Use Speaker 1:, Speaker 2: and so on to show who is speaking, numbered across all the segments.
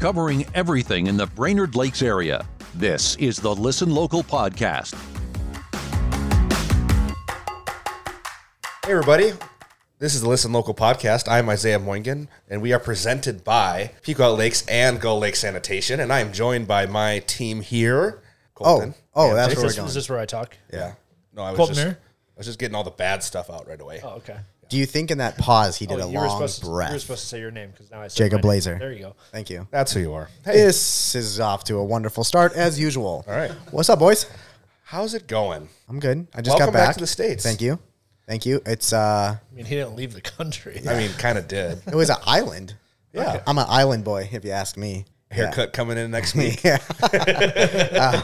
Speaker 1: covering everything in the Brainerd Lakes area. This is the Listen Local podcast.
Speaker 2: Hey, everybody. This is the Listen Local podcast. I'm Isaiah Moingen, and we are presented by Pequot Lakes and Gull Lake Sanitation. And I'm joined by my team here. Colton.
Speaker 3: oh,
Speaker 2: and
Speaker 3: that's
Speaker 2: Jake.
Speaker 3: where we're
Speaker 4: This,
Speaker 3: going.
Speaker 4: is this where I talk?
Speaker 2: Yeah. No, I was
Speaker 4: Colton
Speaker 2: just
Speaker 4: here?
Speaker 2: I was just getting all the bad stuff out right away.
Speaker 4: Oh, okay.
Speaker 3: Do you think in that pause he did
Speaker 4: oh,
Speaker 3: a
Speaker 4: you were
Speaker 3: long
Speaker 4: supposed to,
Speaker 3: breath?
Speaker 4: You were supposed to say your name because now I said
Speaker 3: Jacob
Speaker 4: my name.
Speaker 3: Blazer.
Speaker 4: There you go.
Speaker 3: Thank you.
Speaker 2: That's who you are. Hey,
Speaker 3: This is off to a wonderful start as usual. All
Speaker 2: right.
Speaker 3: What's up, boys?
Speaker 2: how's it going?
Speaker 3: I'm good. I just
Speaker 2: Welcome
Speaker 3: got back.
Speaker 2: back to the States.
Speaker 3: Thank you. Thank you. It's uh
Speaker 4: I mean, he didn't leave the country.
Speaker 2: I mean, kind of did.
Speaker 3: it was an island.
Speaker 2: Yeah.
Speaker 3: I'm an island boy, if you ask me.
Speaker 2: Haircut coming in next week.
Speaker 3: Yeah.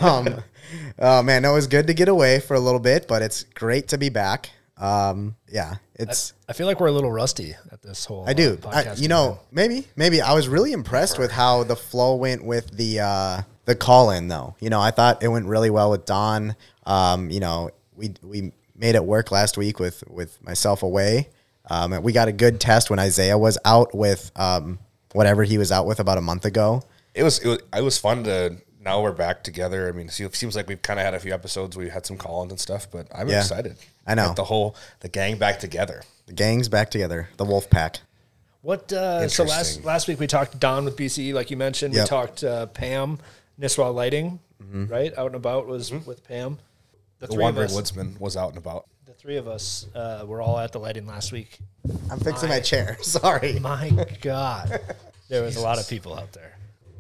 Speaker 3: um, oh man, no, it was good to get away for a little bit, but it's great to be back. Um, yeah, it's
Speaker 4: I feel like we're a little rusty at this whole.
Speaker 3: I do.
Speaker 4: Uh,
Speaker 3: I,
Speaker 4: podcast
Speaker 3: you know,
Speaker 4: thing.
Speaker 3: maybe, maybe I was really impressed with how the flow went with the uh, the call in, though. You know, I thought it went really well with Don. Um, you know, we we made it work last week with with myself away. Um, and we got a good test when Isaiah was out with um, whatever he was out with about a month ago.
Speaker 2: It was, it was it was fun to now we're back together. I mean, see- it seems like we've kind of had a few episodes. We had some call-ins and stuff, but I'm
Speaker 3: Yeah.
Speaker 2: excited.
Speaker 3: I know.
Speaker 2: Get the whole the gang back together.
Speaker 3: The gang's back together, the wolf pack.
Speaker 4: what? Uh, so
Speaker 2: Interesting.
Speaker 4: last last week we talked Don with BCE, like you mentioned.
Speaker 3: Yep. Mm-hmm.
Speaker 4: We talked uh, Pam Niswa Lighting, right? Out and about was with Pam. The,
Speaker 2: The
Speaker 4: three of
Speaker 2: wandering
Speaker 4: us.
Speaker 2: woodsman was out and about.
Speaker 4: The three of us uh, were all at the lighting last week.
Speaker 3: I'm fixing my chair. Sorry.
Speaker 4: My God, there was a lot of people out there.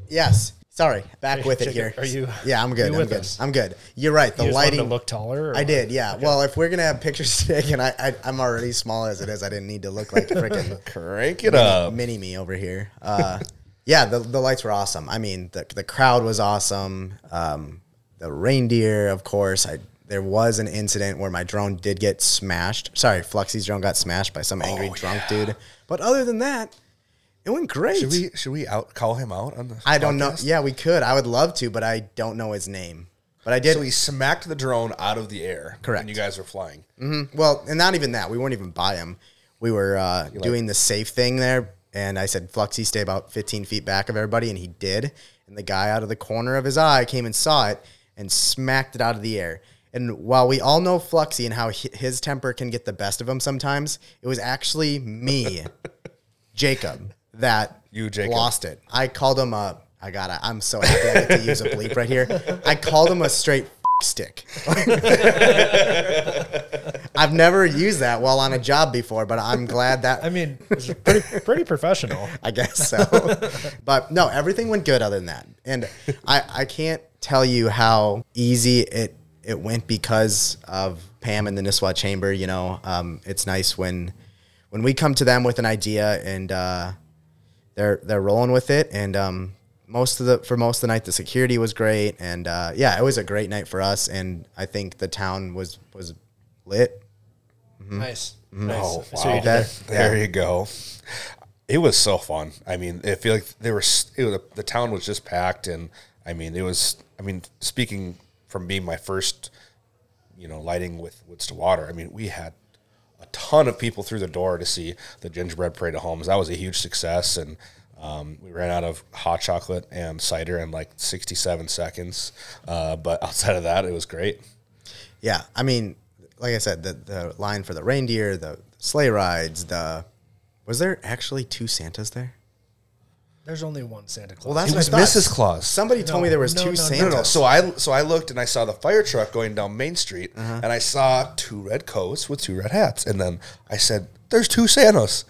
Speaker 3: Yes. Sorry. Back with it
Speaker 4: Jacob,
Speaker 3: here.
Speaker 4: are you-
Speaker 3: Yeah, I'm good.
Speaker 4: you
Speaker 3: I'm
Speaker 4: with
Speaker 3: good.
Speaker 4: us?
Speaker 3: I'm good. You're right. The
Speaker 4: You just wanted
Speaker 3: lighting
Speaker 4: to look taller. or
Speaker 3: I
Speaker 4: what?
Speaker 3: did, yeah. Well, if we're gonna have pictures taken, I, I I'm already small as it is. I didn't need to look like freaking
Speaker 2: Crank it up.
Speaker 3: mini me over here. Uh, yeah, the the lights were awesome. I mean, the the crowd was awesome. Um, the reindeer, of course. I there was an incident where my drone did get smashed. Sorry, Fluxy's drone got smashed by some angry drunk dude. But other than that, it went great.
Speaker 2: Oh, Should we should we out call him out on the?
Speaker 3: I don't know.
Speaker 2: podcast?
Speaker 3: Yeah, we could. I would love to, but I don't know his name. But I did.
Speaker 2: So he smacked the drone out of the air.
Speaker 3: Correct.
Speaker 2: And you guys were flying.
Speaker 3: Well, and not even that. We weren't even by him. We were uh, doing the safe thing there, and I said, "Fluxy, stay about 15 feet back of everybody," and he did. And the guy out of the corner of his eye came and saw it and smacked it out of the air. And while we all know Fluxy and how hi- his temper can get the best of him sometimes, it was actually me, Jacob, that
Speaker 2: You, Jacob.
Speaker 3: lost it. I called him a. I got. to I'm so happy I get to use a bleep right here. I called him a straight stick. I've never used that while on a job before, but I'm glad that
Speaker 4: I mean, it was pretty pretty professional.
Speaker 3: I guess so. but no, everything went good other than that. And I, I can't tell you how easy it it went because of Pam and the Nisswa Chamber. You know, um, it's nice when when we come to them with an idea and uh, they're they're rolling with it. And um, most of the for most of the night, the security was great. And uh, yeah, it was a great night for us. And I think the town was was lit.
Speaker 4: Nice. nice.
Speaker 2: Oh,
Speaker 4: So
Speaker 2: wow.
Speaker 4: you did
Speaker 3: That-
Speaker 2: There you go. It was so fun. I mean, I feel like there was it was the town was just packed, and I mean, it was. I mean, speaking from being my first, you know, lighting with Woods to Water. I mean, we had a ton of people through the door to see the gingerbread parade of homes. That was a huge success, and um, we ran out of hot chocolate and cider in like sixty-seven seconds. Uh, but outside of that, it was great.
Speaker 3: Yeah, I mean, like I said, the the line for the reindeer, the sleigh rides, the was there actually two Santas there?
Speaker 4: There's only one Santa Claus.
Speaker 3: Well, that's
Speaker 2: It
Speaker 3: what I
Speaker 2: was
Speaker 3: thought.
Speaker 2: Mrs. Claus.
Speaker 3: Somebody told me there was
Speaker 4: No,
Speaker 3: two
Speaker 4: no, no, no.
Speaker 3: Santas.
Speaker 2: No, no. So I so I looked and I saw the fire truck going down Main Street, and I saw two red coats with two red hats, and then I said, "There's two Santas."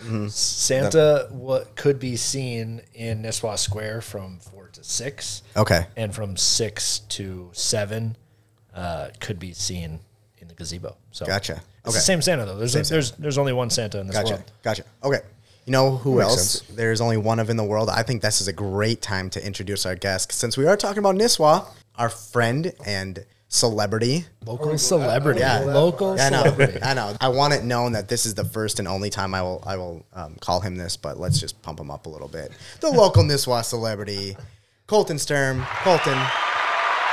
Speaker 4: Santa what could be seen in Nisswa Square from four to six,
Speaker 3: okay,
Speaker 4: and from six to seven uh, could be seen in the gazebo. So
Speaker 3: Gotcha.
Speaker 4: It's
Speaker 3: Okay.
Speaker 4: the same Santa though. There's there's there's only one Santa in this
Speaker 3: gotcha,
Speaker 4: world.
Speaker 3: gotcha. Okay, you know who
Speaker 2: That makes
Speaker 3: else?
Speaker 2: sense.
Speaker 3: There's only one of in the world. I think this is a great time to introduce our guest since we are talking about Niswa, our friend and celebrity.
Speaker 4: Local celebrity.
Speaker 3: Yeah.
Speaker 4: Local
Speaker 3: I know,
Speaker 4: celebrity.
Speaker 3: I know. I want it known that this is the first and only time I will I will um, call him this, but let's just pump him up a little bit. The local Nisswa celebrity, Colton Sturm. Colton,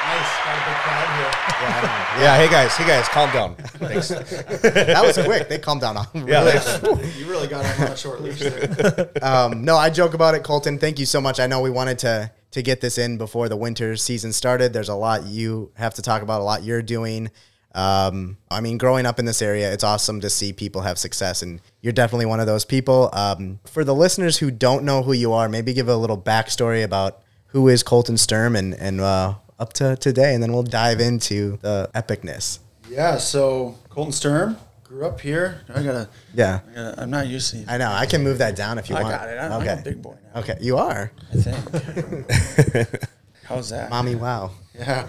Speaker 5: Nice. Got a big crowd here.
Speaker 2: Yeah, hey guys, hey guys, calm down. Thanks.
Speaker 3: That was quick. They calmed down on me.
Speaker 2: Yeah, like,
Speaker 5: You really got off on a short leash there.
Speaker 3: Um, no, I joke about it, Colton. Thank you so much. I know we wanted to to get this in before the winter season started. There's a lot you have to talk about, a lot you're doing. Um, I mean, growing up in this area, it's awesome to see people have success, and you're definitely one of those people. Um, for the listeners who don't know who you are, maybe give a little backstory about who is Colton Sturm and and uh, up to today, and then we'll dive into the epicness.
Speaker 5: Yeah, so Colton Sturm grew up here. I gotta.
Speaker 3: Yeah.
Speaker 5: I gotta, I'm not used to.
Speaker 3: I know. I can move that down if you
Speaker 5: I
Speaker 3: want.
Speaker 5: got it. I'm, I'm a big boy now.
Speaker 3: Okay. You are,
Speaker 5: I think. How's that?
Speaker 3: mommy. Wow.
Speaker 5: Yeah.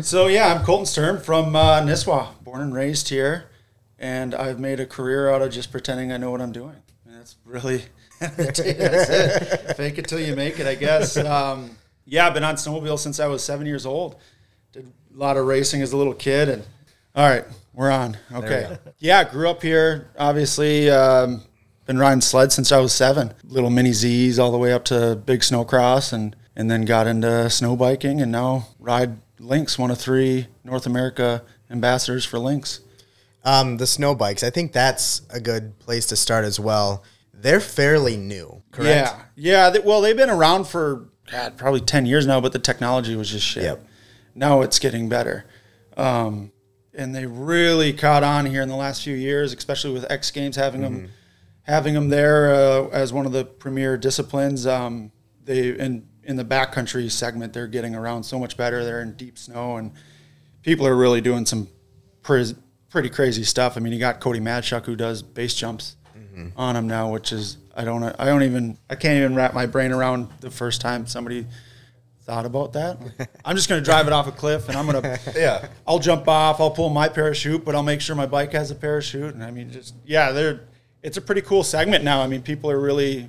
Speaker 5: so yeah, I'm Colton Sturm from uh, Nisswa, born and raised here, and I've made a career out of just pretending I know what I'm doing. And that's really that's it. Fake it till you make it, I guess. Um, yeah, I've been on snowmobile since I was seven years old. Did a lot of racing as a little kid, and all right, we're on. Okay. yeah, grew up here. Obviously, um, been riding sled since I was seven. Little mini Z's all the way up to big snowcross, and and then got into snow biking, and now ride Lynx, one of three North America ambassadors for Lynx.
Speaker 3: Um, the snow bikes. I think that's a good place to start as well. They're fairly new, correct?
Speaker 5: Yeah, yeah. They, well, they've been around for God, probably ten years now, but the technology was just shit.
Speaker 3: Yep.
Speaker 5: Now it's getting better, um, and they really caught on here in the last few years, especially with X Games having
Speaker 3: Mm-hmm.
Speaker 5: them, having them there uh, as one of the premier disciplines. Um, they in in the backcountry segment, they're getting around so much better. They're in deep snow, and people are really doing some pretty, pretty crazy stuff. I mean, you got Cody Madchuck who does base jumps on him now, which is I don't I don't even I can't even wrap my brain around the first time somebody thought about that. Like, I'm just gonna drive it off a cliff and I'm gonna
Speaker 2: yeah.
Speaker 5: I'll jump off, I'll pull my parachute, but I'll make sure my bike has a parachute. And I mean, just yeah, they're it's a pretty cool segment now. I mean, people are really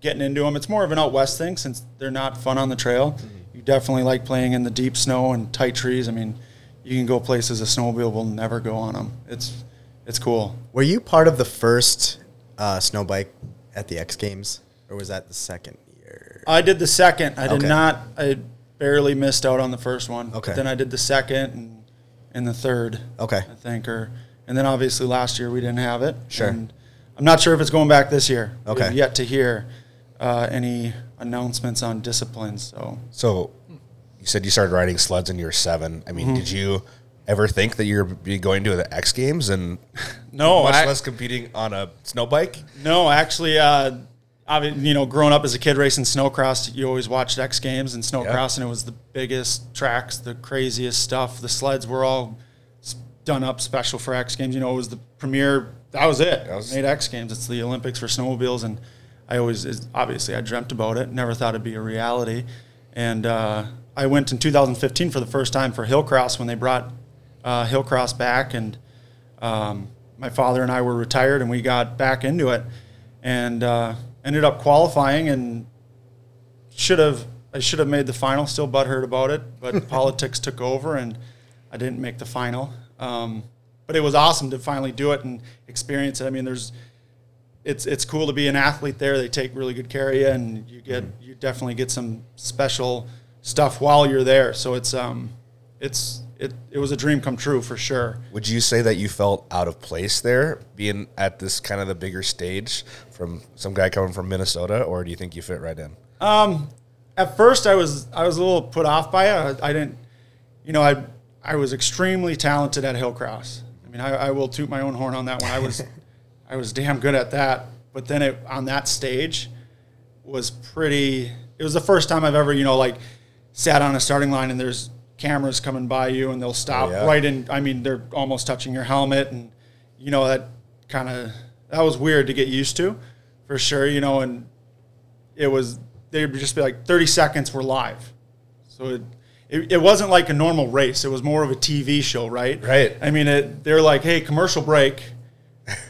Speaker 5: getting into them. It's more of an out west thing since they're not fun on the trail. You definitely like playing in the deep snow and tight trees. I mean, you can go places a snowmobile will never go on them. It's it's cool.
Speaker 3: Were you part of the first uh, snow bike at the X Games, or was that the second year?
Speaker 5: I did the second. I did
Speaker 3: Okay.
Speaker 5: not. I barely missed out on the first one.
Speaker 3: Okay.
Speaker 5: But then I did the second and and the third.
Speaker 3: Okay.
Speaker 5: I think or and then obviously last year we didn't have it.
Speaker 3: Sure.
Speaker 5: And I'm not sure if it's going back this year. We've
Speaker 3: Okay.
Speaker 5: yet to hear uh, any announcements on disciplines. So
Speaker 2: So you said you started riding sleds when you were seven. I mean, did you ever think that you're be going to the X Games and
Speaker 5: no,
Speaker 2: much
Speaker 5: I,
Speaker 2: less competing on a snow bike?
Speaker 5: No, actually, uh, I mean, you know, growing up as a kid racing snowcross, you always watched X Games and snowcross, and it was the biggest tracks, the craziest stuff. The sleds were all s- done up special for X Games. You know, it was the premier. That was it.
Speaker 2: was-
Speaker 5: Made X Games. It's the Olympics for snowmobiles, and I always is- obviously I dreamt about it. Never thought it'd be a reality, and uh, I went in 2015 for the first time for Hillcross when they brought uh, Hillcross back and um, my father and I were retired, and we got back into it, and uh, ended up qualifying, and should have I should have made the final. Still butthurt about it, but politics took over, and I didn't make the final. Um, but it was awesome to finally do it and experience it. I mean, there's it's it's cool to be an athlete there. They take really good care of you, and you get you definitely get some special stuff while you're there. So it's um it's it it was a dream come true for sure.
Speaker 2: Would you say that you felt out of place there, being at this kind of the bigger stage from some guy coming from Minnesota, or do you think you fit right in?
Speaker 5: at first I was I was a little put off by it. I, I didn't, you know, I I was extremely talented at Hillcross. I mean, I, I will toot my own horn on that one. I was I was damn good at that. But then it on that stage was pretty. It was the first time I've ever you know like sat on a starting line and there's cameras coming by you and they'll stop
Speaker 2: yeah.
Speaker 5: right in. I mean, they're almost touching your helmet and you know that kind of that was weird to get used to for sure. You know and it was they'd just be like 30 seconds we're live so it, it it wasn't like a normal race it was more of a tv show right
Speaker 2: Right.
Speaker 5: i mean it, they're like hey commercial break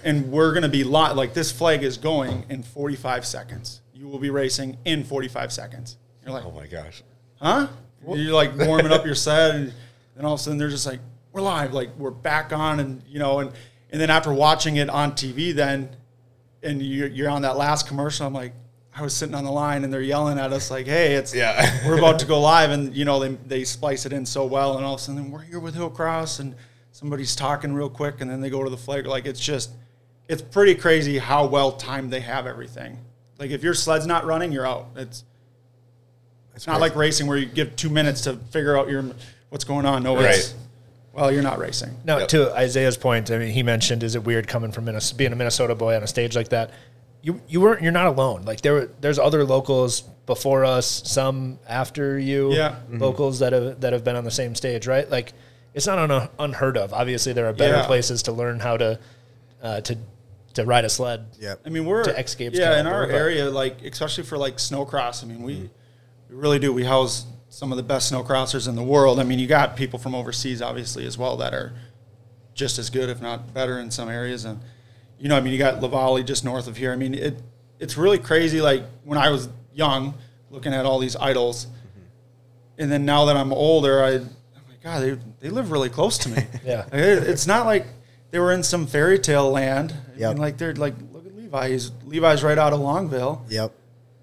Speaker 5: and we're going to be live like this flag is going in 45 seconds you will be racing in 45 seconds you're like
Speaker 2: Oh my gosh.
Speaker 5: huh? You're like warming up your set, and then all of a sudden they're just like, we're live, like we're back on, and you know, and and then after watching it on TV, then and you're, you're on that last commercial, I'm like, I was sitting on the line and they're yelling at us like, "Hey, it's
Speaker 2: Yeah.
Speaker 5: we're about to go live," and you know they they splice it in so well, and all of a sudden we're here with Hillcross, and somebody's talking real quick, and then they go to the flag. Like it's just, it's pretty crazy how well timed they have everything. Like if your sled's not running, you're out. It's it's not like racing where you give two minutes to figure out your what's going on. No, it's
Speaker 2: Right.
Speaker 5: well, you're not racing.
Speaker 4: No,
Speaker 2: Yep.
Speaker 4: to Isaiah's point, I mean, he mentioned, is it weird coming from Minnesota, being a Minnesota boy on a stage like that? You you weren't you're not alone. Like there were there's other locals before us, some after you,
Speaker 5: Yeah.
Speaker 4: locals that have that have been on the same stage, right? Like it's not un, unheard of. Obviously, there are better
Speaker 5: Yeah.
Speaker 4: places to learn how to uh, to to ride a sled.
Speaker 3: Yep.
Speaker 5: I mean, we're
Speaker 4: to escape
Speaker 5: Yeah, in
Speaker 4: Scarborough,
Speaker 5: our
Speaker 4: but-
Speaker 5: area, like especially for like snowcross. I mean, we we really do. We house some of the best snowcrossers in the world. I mean, you got people from overseas, obviously, as well that are just as good, if not better, in some areas. And you know, I mean, you got Lavallee just north of here. I mean, it it's really crazy. Like when I was young, looking at all these idols, and then now that I'm older, I, I'm like, God, they they live really close to me.
Speaker 4: Yeah.
Speaker 5: Like, it- it's not like they were in some fairy tale land. I
Speaker 3: Yep.
Speaker 5: mean, like they're like, look at Levi. He's Levi's right out of Longville,
Speaker 3: Yep.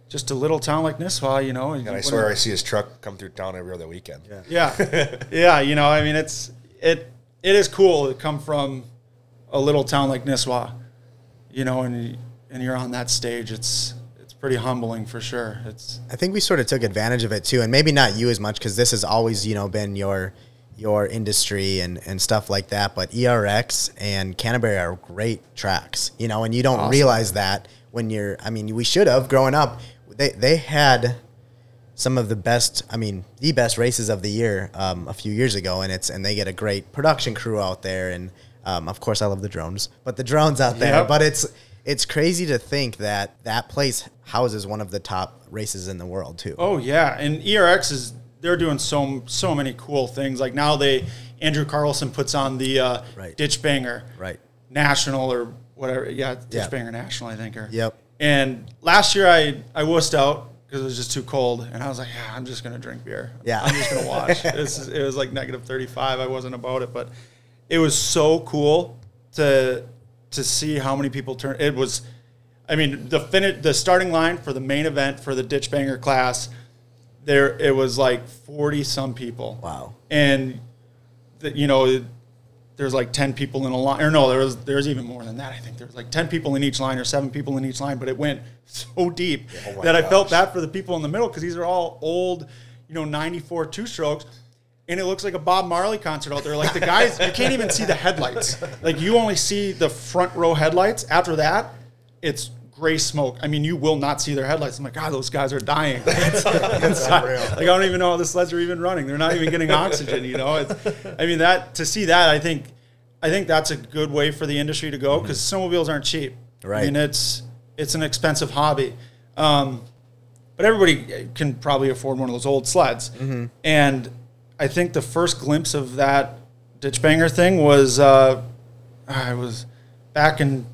Speaker 5: just a little town like Nisswa, you know.
Speaker 2: And I swear I see his truck come through town every other weekend. Yeah.
Speaker 5: yeah, yeah. You know, I mean, it's it it is cool to come from a little town like Nisswa, you know, and and you're on that stage. It's it's pretty humbling for sure. It's
Speaker 3: I think we sort of took advantage of it too, and maybe not you as much because this has always, you know, been your your industry and and stuff like that. But ERX and Canterbury are great tracks, you know, and you don't realize that when you're. I mean, we should have growing up. They they had some of the best, I mean, the best races of the year um, a few years ago, and it's and they get a great production crew out there, and um, of course I love the drones, but the drones out there,
Speaker 5: Yep.
Speaker 3: but it's it's crazy to think that that place houses one of the top races in the world too.
Speaker 5: Oh yeah, and ERX is they're doing so so many cool things. Like now they Andrew Carlson puts on the uh,
Speaker 3: Right.
Speaker 5: Ditch Banger
Speaker 3: Right.
Speaker 5: National or whatever. Yeah, Ditch
Speaker 3: Yeah.
Speaker 5: Banger National, I think. Or
Speaker 3: Yep.
Speaker 5: And last year I I wussed out because it was just too cold, and I was like, yeah, I'm just gonna drink beer.
Speaker 3: Yeah.
Speaker 5: I'm just gonna watch. this is, it was like negative 35. I wasn't about it, but it was so cool to to see how many people turn. It was. I mean, the finish, the starting line for the main event for the ditch banger class, there it was like forty some people.
Speaker 3: Wow.
Speaker 5: And the, you know, it- there's like ten people in a line, or no, there was there's even more than that. I think there was like ten people in each line, or seven people in each line, but it went so deep
Speaker 2: Oh my
Speaker 5: that I felt
Speaker 2: gosh.
Speaker 5: bad for the people in the middle because these are all old, you know, '94 two strokes. And it looks like a Bob Marley concert out there. Like the guys, you can't even see the headlights. Like you only see the front row headlights. After that, it's gray smoke. I mean, you will not see their headlights. I'm like, God, those guys are dying. like I don't even know how the sleds are even running. They're not even getting oxygen. You know, it's, I mean that to see that, I think, I think that's a good way for the industry to go because snowmobiles aren't cheap.
Speaker 3: Right.
Speaker 5: I mean, it's it's an expensive hobby. Um, but everybody uh, can probably afford one of those old sleds. And I think the first glimpse of that ditch banger thing was uh, I was back in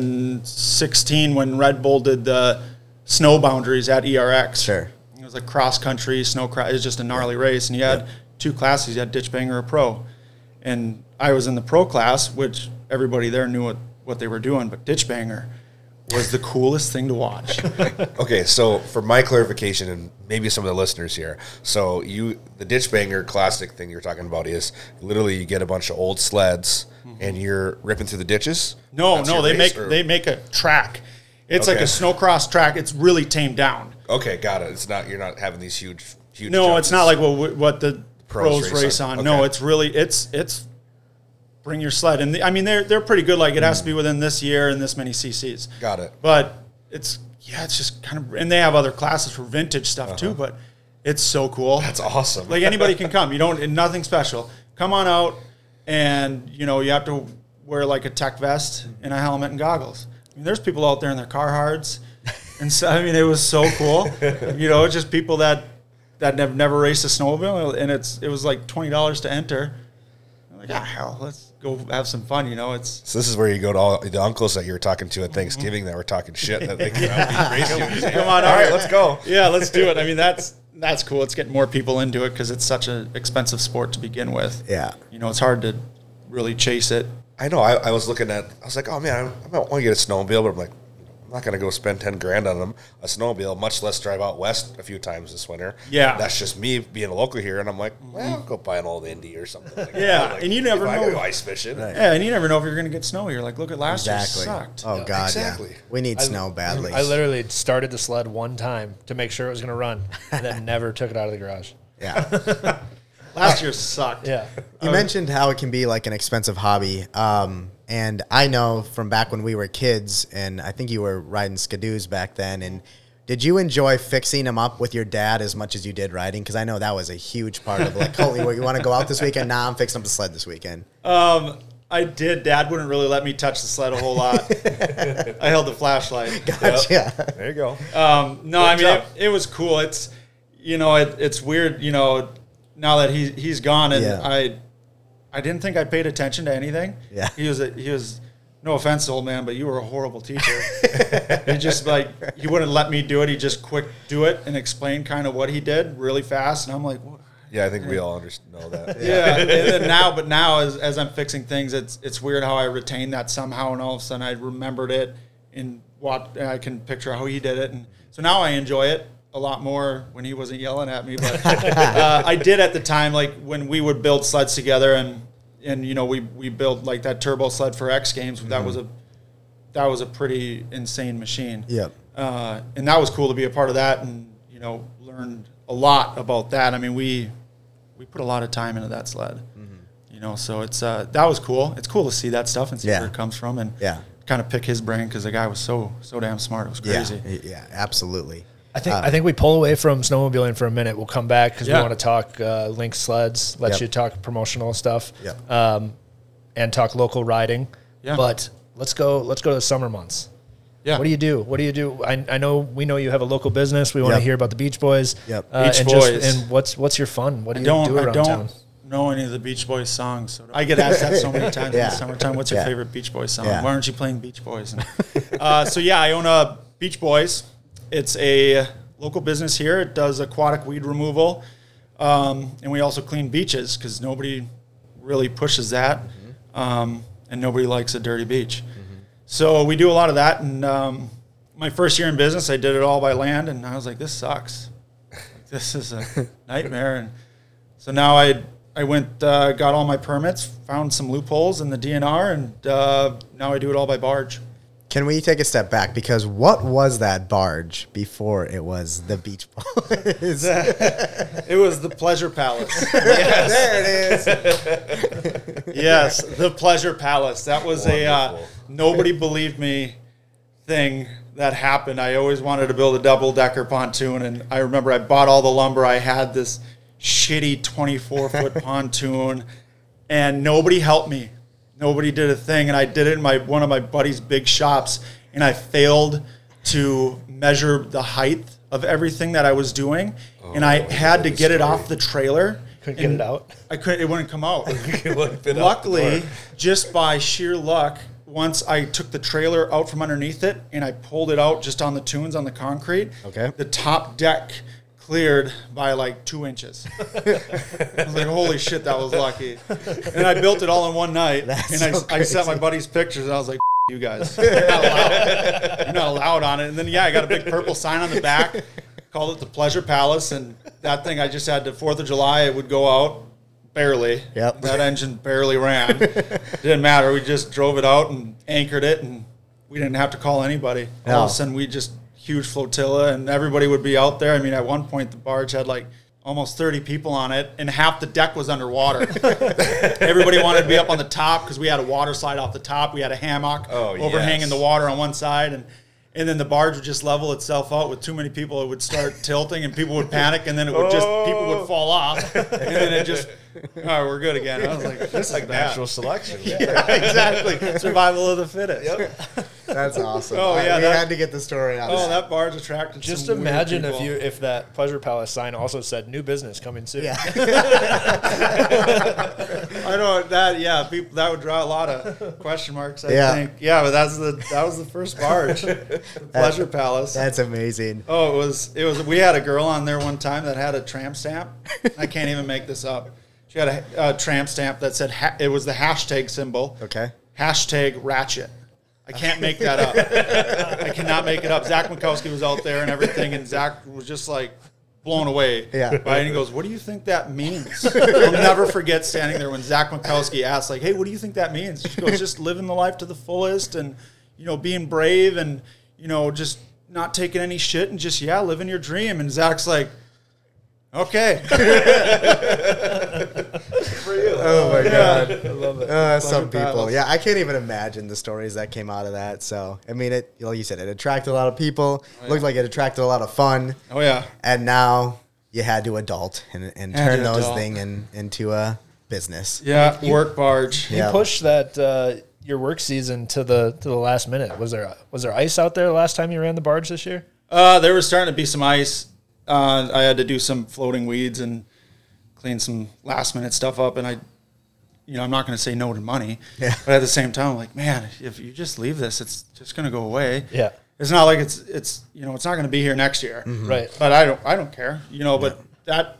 Speaker 5: 2016 when Red Bull did the snow boundaries at ERX.
Speaker 3: Sure.
Speaker 5: It was like cross country, snow cross. It was just a gnarly race, and you had two classes. You had ditch banger or pro, and I was in the pro class, which everybody there knew what, what they were doing. But ditch banger was the coolest thing to watch.
Speaker 2: Okay, so for my clarification and maybe some of the listeners here, so you the ditch banger classic thing you're talking about is literally you get a bunch of old sleds and you're ripping through the ditches.
Speaker 5: Mm-hmm. No,
Speaker 2: That's
Speaker 5: no,
Speaker 2: your
Speaker 5: they
Speaker 2: race,
Speaker 5: make
Speaker 2: or-
Speaker 5: they make a track. It's like
Speaker 2: Okay.
Speaker 5: a snowcross track. It's really tamed down.
Speaker 2: Okay, got it. It's not you're not having these huge huge.
Speaker 5: No, it's
Speaker 2: jumps.
Speaker 5: not like what we- what the
Speaker 2: Pros
Speaker 5: pros,
Speaker 2: race
Speaker 5: race,
Speaker 2: on.
Speaker 5: on.
Speaker 2: Okay.
Speaker 5: No, it's really it's it's bring your sled and the, I mean they're they're pretty good. Like it has to be within this year and this many CCs.
Speaker 2: Mm. Got it.
Speaker 5: But it's yeah, it's just kind of and they have other classes for vintage stuff
Speaker 2: Uh-huh.
Speaker 5: too. But it's so cool.
Speaker 2: That's awesome.
Speaker 5: like anybody can come. You don't and nothing special. Come on out, and you know you have to wear like a tech vest and a helmet and goggles. I mean, there's people out there in their Carhartts, and so I mean it was so cool. you know, it's just people that that have never raced a snowmobile, and it's it was like twenty dollars to enter. I'm like ah hell, let's go have some fun. You know, it's
Speaker 2: So this is where you go to all the uncles that you were talking to at Thanksgiving that were talking shit that they can race you. and you say,
Speaker 5: Come on,
Speaker 2: all
Speaker 5: all
Speaker 2: right,
Speaker 5: right."
Speaker 2: let's go.
Speaker 5: yeah, let's do it. I mean that's that's cool. Let's get more people into it because it's such an expensive sport to begin with.
Speaker 3: Yeah.
Speaker 5: you know it's hard to really chase it
Speaker 2: I know. I, I was looking at. I was like, oh man, I, I might want to get a snowmobile, but I'm like, I'm not going to go spend ten grand on them a snowmobile, much less drive out west a few times this winter.
Speaker 5: Yeah.
Speaker 2: that's just me being a local here, and I'm like, well, I'll go buy an old Indy or something. Like that.
Speaker 5: Yeah,
Speaker 2: Like,
Speaker 5: and you never
Speaker 2: if I go
Speaker 5: know.
Speaker 2: ice fishing.
Speaker 5: Yeah, and you never know if you're going to get snow. You're like, look at last
Speaker 3: Exactly.
Speaker 5: year sucked.
Speaker 3: Oh god, yeah.
Speaker 2: exactly.
Speaker 3: We need snow badly.
Speaker 4: I literally started the sled one time to make sure it was going to run, and then never took it out of the garage.
Speaker 3: yeah.
Speaker 5: Last year sucked.
Speaker 4: Yeah,
Speaker 3: You mentioned how it can be like an expensive hobby. Um, and I know from back when we were kids, and I think you were riding skidoos back then. And did you enjoy fixing them up with your dad as much as you did riding? Because I know that was a huge part of like, Colton, what, you want to go out this weekend? Nah, I'm fixing up the sled this weekend.
Speaker 5: Um, I did. Dad wouldn't really let me touch the sled a whole lot. I held the flashlight.
Speaker 3: yeah.
Speaker 2: There you go.
Speaker 5: Um, no, I mean
Speaker 2: job.
Speaker 5: it, it was cool. It's you know it, it's weird. You know now that he he's gone and
Speaker 3: Yeah.
Speaker 5: I I didn't think I paid attention to anything.
Speaker 3: Yeah.
Speaker 5: he was a, he was no offense, old man, but you were a horrible teacher. he just like he wouldn't let me do it. He just quick do it and explain kind of what he did really fast, and I'm like. What?
Speaker 2: Yeah, I think we all understand know that.
Speaker 5: Yeah, and then now, but now as, as I'm fixing things, it's it's weird how I retain that somehow, and all of a sudden I remembered it and what and I can picture how he did it, and so now I enjoy it a lot more when he wasn't yelling at me. But uh, I did at the time, like when we would build sleds together, and and you know we we built like that turbo sled for X Games. That was a that was a pretty insane machine
Speaker 3: Yep.
Speaker 5: uh, and that was cool to be a part of that and you know learned a lot about that i mean we we put a lot of time into that sled you know so it's uh, that was cool it's cool to see that stuff and see
Speaker 3: Yeah.
Speaker 5: where it comes from and
Speaker 3: Yeah.
Speaker 5: kind of pick his brain because the guy was so so damn smart it was
Speaker 3: Yeah.
Speaker 5: crazy
Speaker 3: Yeah. Absolutely. Uh,
Speaker 4: I
Speaker 3: Ah.
Speaker 4: think I think we pull away from snowmobiling for a minute. We'll come back because
Speaker 5: Yeah.
Speaker 4: we want to talk uh, link sleds, let
Speaker 3: Yep.
Speaker 4: you talk promotional stuff,
Speaker 3: Yep.
Speaker 4: um, and talk local riding.
Speaker 5: Yeah.
Speaker 4: But let's go. Let's go to the summer months.
Speaker 5: yeah
Speaker 4: What do you do? What do you do? I, I know we know you have a local business. We want
Speaker 3: Yep.
Speaker 4: to hear about the Beach Boys.
Speaker 3: Yep.
Speaker 4: Uh,
Speaker 5: Beach
Speaker 4: and
Speaker 5: Boys.
Speaker 4: Just, and what's what's your fun? What do
Speaker 5: I
Speaker 4: you
Speaker 5: don't
Speaker 4: do
Speaker 5: i
Speaker 4: around
Speaker 5: don't
Speaker 4: town?
Speaker 5: know any of the beach boys songs so i get asked that so many times
Speaker 3: Yeah.
Speaker 5: in the summertime what's your
Speaker 3: Yeah.
Speaker 5: favorite beach boys song
Speaker 3: Yeah.
Speaker 5: why aren't you playing beach boys And, uh, so yeah i own a beach boys it's a local business here it does aquatic weed removal um, and we also clean beaches because nobody really pushes that um, and nobody likes a dirty beach so we do a lot of that and um, my first year in business i did it all by land and i was like this sucks this is a nightmare. And so now I I went uh, got all my permits, found some loopholes in the DNR, and uh, now I do it all by barge.
Speaker 3: Can we take a step back? Because what was that barge before it was the beach boys?
Speaker 5: It was the pleasure palace.
Speaker 3: There it is.
Speaker 5: yes, the pleasure palace. That was a uh,
Speaker 2: Wonderful.
Speaker 5: nobody believed me thing that happened. I always wanted to build a double decker pontoon, and I remember I bought all the lumber. I had this shitty twenty four foot pontoon, and nobody helped me. Nobody did a thing, and I did it in my one of my buddy's big shops, and I failed to measure the height of everything that I was doing, and I
Speaker 4: Oh,
Speaker 5: had to get it off the trailer.
Speaker 4: Couldn't get
Speaker 5: and
Speaker 4: it out?
Speaker 5: I couldn't. It wouldn't come out.
Speaker 2: Luckily,
Speaker 5: Luckily, just by sheer luck, once I took the trailer out from underneath it and I pulled it out just on the tunes on the concrete,
Speaker 3: Okay.
Speaker 5: the top deck cleared by like two inches. I was like, holy shit, that was lucky. And I built it all in one night.
Speaker 3: That's
Speaker 5: and I,
Speaker 3: so
Speaker 5: I sent my
Speaker 3: crazy.
Speaker 5: buddies pictures and I was like, you guys. You're not, allowed. You're not allowed on it. And then, yeah, I got a big purple sign on the back, called it the Pleasure Palace. And that thing I just had to, 4th of July, it would go out barely.
Speaker 3: Yep.
Speaker 5: That engine barely ran. didn't matter. We just drove it out and anchored it, and we didn't have to call anybody. All
Speaker 3: No.
Speaker 5: of a sudden, we just huge flotilla, and everybody would be out there. I mean, at one point, the barge had like almost 30 people on it, and half the deck was underwater. everybody wanted to be up on the top because we had a water slide off the top. We had a hammock
Speaker 2: Oh,
Speaker 5: overhanging
Speaker 2: yes.
Speaker 5: the water on one side, and and then the barge would just level itself out with too many people. It would start tilting, and people would panic, and then it would just people would fall off, and then it just Oh. all right, we're good again. I was like, this is
Speaker 2: like
Speaker 5: bad.
Speaker 2: natural selection.
Speaker 5: Yeah, exactly. Survival of the fittest.
Speaker 3: That's awesome.
Speaker 5: Oh,
Speaker 3: I-
Speaker 5: yeah,
Speaker 3: we
Speaker 5: that-
Speaker 3: had to get the story out.
Speaker 5: Oh, that barge attracted.
Speaker 4: Just
Speaker 5: some weird
Speaker 4: imagine if
Speaker 5: people.
Speaker 4: you if that pleasure palace sign also said new business coming soon.
Speaker 3: yeah,
Speaker 5: I know that. Yeah, people that would draw a lot of question marks. I
Speaker 3: Yeah.
Speaker 5: think. Yeah, but that's the that was the first barge, the Pleasure Palace.
Speaker 3: that's amazing.
Speaker 5: Oh, it was it was. We had a girl on there one time that had a tramp stamp. I can't even make this up. She had a, a tramp stamp that said ha- it was the hashtag symbol.
Speaker 3: Okay.
Speaker 5: Hashtag ratchet. I I can't make that up. I cannot make it up. Zach Mikowski was out there and everything, and Zach was just like blown away.
Speaker 3: Yeah.
Speaker 5: By, it. and he goes, "What do you think that means?" I'll never forget standing there when Zach Mikowski asked, "Like, hey, what do you think that means?" She goes, "Just living the life to the fullest, and you know, being brave, and you know, just not taking any shit, and just yeah, living your dream." And Zach's like. Okay.
Speaker 3: Oh my god.
Speaker 4: I love it.
Speaker 3: Uh, some people, yeah, I can't even imagine the stories that came out of that. So, I mean, it like you said, it attracted a lot of people. Looked like it attracted a lot of fun,
Speaker 5: Oh yeah.
Speaker 3: and now you had to adult and, and
Speaker 5: Had to
Speaker 3: turn those
Speaker 5: adult.
Speaker 3: thing in, into a business.
Speaker 5: Yeah. Work barge.
Speaker 3: Yeah.
Speaker 4: You pushed that uh, your work season to the to the last minute. Was there was there ice out there last time you ran the barge this year?
Speaker 5: Uh, there was starting to be some ice. Uh, I had to do some floating weeds and clean some last minute stuff up. And I, you know, I'm not going to say no to money.
Speaker 3: Yeah.
Speaker 5: But at the same time, I'm like, man, if you just leave this, it's just going to go away.
Speaker 4: Yeah. Mm-hmm.
Speaker 5: It's not like it's it's you know it's not going to be here next year.
Speaker 4: Right. Uh,
Speaker 5: But I don't I don't care. You know. But that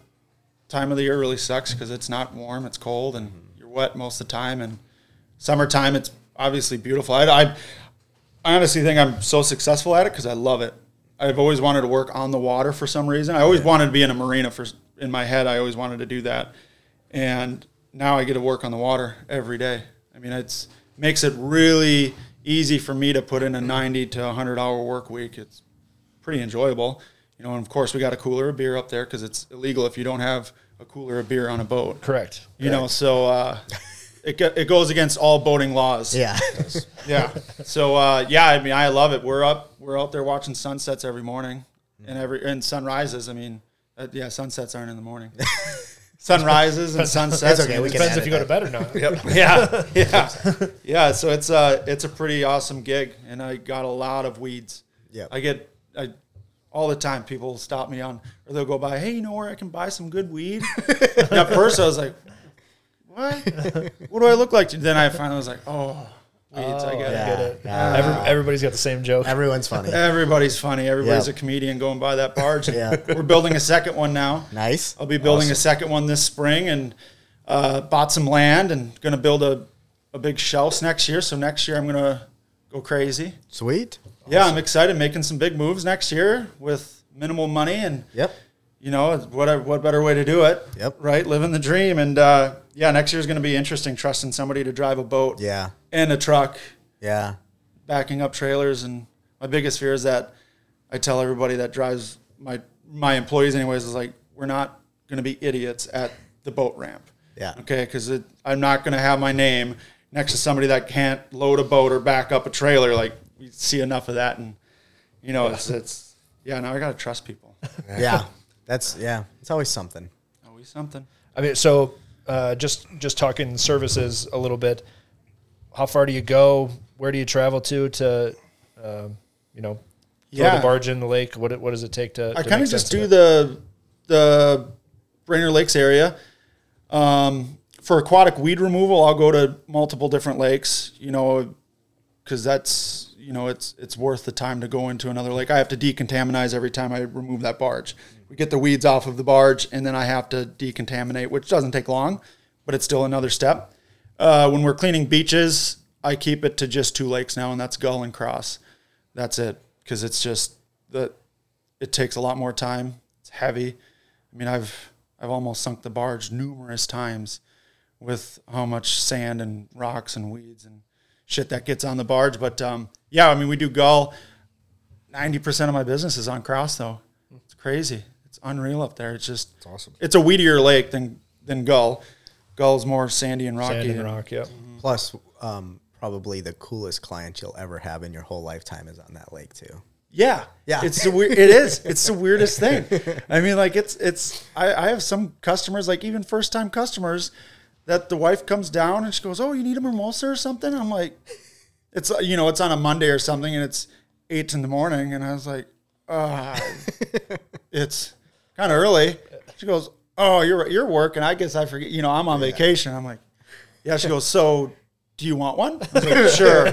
Speaker 5: time of the year really sucks because it's not warm, it's cold, and you're wet most of the time. And summertime, it's obviously beautiful. I, I, I honestly think I'm so successful at it because I love it. I've always wanted to work on the water for some reason. I always wanted to be in a marina for in my head. I always wanted to do that, and now I get to work on the water every day. I mean, it's makes it really easy for me to put in a 90 to 100 hour work week. It's pretty enjoyable. You know, and of course we got a cooler of beer up there because it's illegal if you don't have a cooler of beer on a boat.
Speaker 4: Correct.
Speaker 5: You know, so uh, it go- it goes against all boating laws.
Speaker 3: Yeah,
Speaker 5: yeah. So uh, yeah, I mean, I love it. We're up, we're out there watching sunsets every morning and every and sunrises. I mean, uh, yeah, sunsets aren't in the morning. sunrises and sunsets.
Speaker 3: okay,
Speaker 5: I mean,
Speaker 3: we can
Speaker 5: it's-
Speaker 4: Depends if you go to bed or not.
Speaker 5: yeah, yeah, yeah. So it's a it's a pretty awesome gig, and I got a lot of weeds.
Speaker 3: Yep.
Speaker 5: I get I all the time. People stop me on, or they'll go by. Hey, you know where I can buy some good weed? and at first, I was like, what? What do I look like? Then I finally was like, oh, weeds. I get
Speaker 4: I
Speaker 5: it.
Speaker 4: get it. Every, everybody's got the same joke.
Speaker 3: everyone's funny.
Speaker 5: Everybody's funny. Everybody's
Speaker 3: Yep.
Speaker 5: a comedian going by that barge. And
Speaker 3: Yeah.
Speaker 5: We're building a second one now.
Speaker 3: Nice.
Speaker 5: I'll be building a second one this spring and uh, bought some land and going to build a, a big shelf next year. So next year I'm going to go crazy.
Speaker 3: Sweet.
Speaker 5: Yeah, I'm excited. Making some big moves next year with minimal money and
Speaker 3: Yep.
Speaker 5: you know what what better way to do it
Speaker 3: Yep.
Speaker 5: right living the dream and uh, yeah next year's going to be interesting trusting somebody to drive a boat
Speaker 3: Yeah.
Speaker 5: and a truck
Speaker 3: Yeah.
Speaker 5: backing up trailers and my biggest fear is that I tell everybody that drives my my employees anyways is like we're not going to be idiots at the boat ramp.
Speaker 3: Yeah.
Speaker 5: Okay, cuz I'm not going to have my name next to somebody that can't load a boat or back up a trailer like we see enough of that and you know it's it's yeah, now I got to trust people.
Speaker 3: Yeah. That's yeah. It's always something.
Speaker 5: Always something.
Speaker 4: I mean, so uh, just just talking services a little bit. How far do you go? Where do you travel to to, um, you know, throw
Speaker 5: Yeah.
Speaker 4: the barge in the lake? What it- what does it take to?
Speaker 5: I kind of just do the the Brainerd Lakes area. Um, for aquatic weed removal, I'll go to multiple different lakes. You know, because that's you know it's it's worth the time to go into another lake. I have to decontaminize every time I remove that barge. We get the weeds off of the barge, and then I have to decontaminate, which doesn't take long, but it's still another step. Uh, when we're cleaning beaches, I keep it to just two lakes now, and that's Gull and Cross. That's it, because it's just the it takes a lot more time. It's heavy. I mean, I've I've almost sunk the barge numerous times with how much sand and rocks and weeds and shit that gets on the barge. But um, yeah, I mean, we do gull. Ninety percent of my business is on cross, though. It's crazy. It's unreal up there. It's just it's
Speaker 2: awesome.
Speaker 5: It's a weedier lake than than gull. Gull's more sandy and rocky.
Speaker 4: Sand and rock. Yeah.
Speaker 3: Plus, um, probably the coolest client you'll ever have in your whole lifetime is on that lake too.
Speaker 5: Yeah,
Speaker 3: Yeah.
Speaker 5: It's the weird. It is. It's the weirdest thing. I mean, like it's it's. I, I have some customers, like even first time customers, that the wife comes down and she goes, "Oh, you need a mimosa or something?" I'm like, it's uh, you know, it's on a Monday or something, and it's eight in the morning, and I was like, ah, it's kind of early. She goes, "Oh, you're you're working. I guess I forget. You know, I'm on vacation." I'm like, "Yeah." She goes, "So." Do you want one? I was like, sure.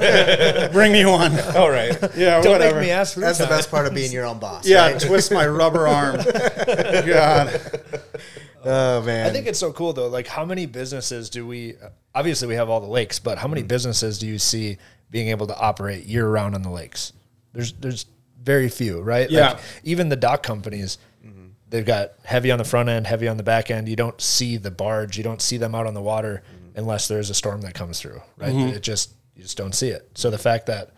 Speaker 5: Bring me one.
Speaker 2: All right.
Speaker 5: Yeah,
Speaker 4: Don't
Speaker 5: whatever.
Speaker 4: make me ask.
Speaker 3: That's the best part of being your own boss.
Speaker 5: Yeah,
Speaker 3: right?
Speaker 5: twist my rubber arm. God.
Speaker 3: Oh man.
Speaker 4: I think it's so cool
Speaker 3: Mm-hmm.
Speaker 4: though. Like, how many businesses do we? Obviously, we have all the lakes, but how many businesses do you see being able to operate year round on the lakes. There's there's very few, right?
Speaker 5: Yeah.
Speaker 4: Like even the dock companies,
Speaker 3: Mm-hmm.
Speaker 4: they've got heavy on the front end, heavy on the back end. You don't see the barge, you don't see them out on the water
Speaker 3: Mm-hmm.
Speaker 4: unless there's a storm that comes through, right? It just you just don't see it. So the fact that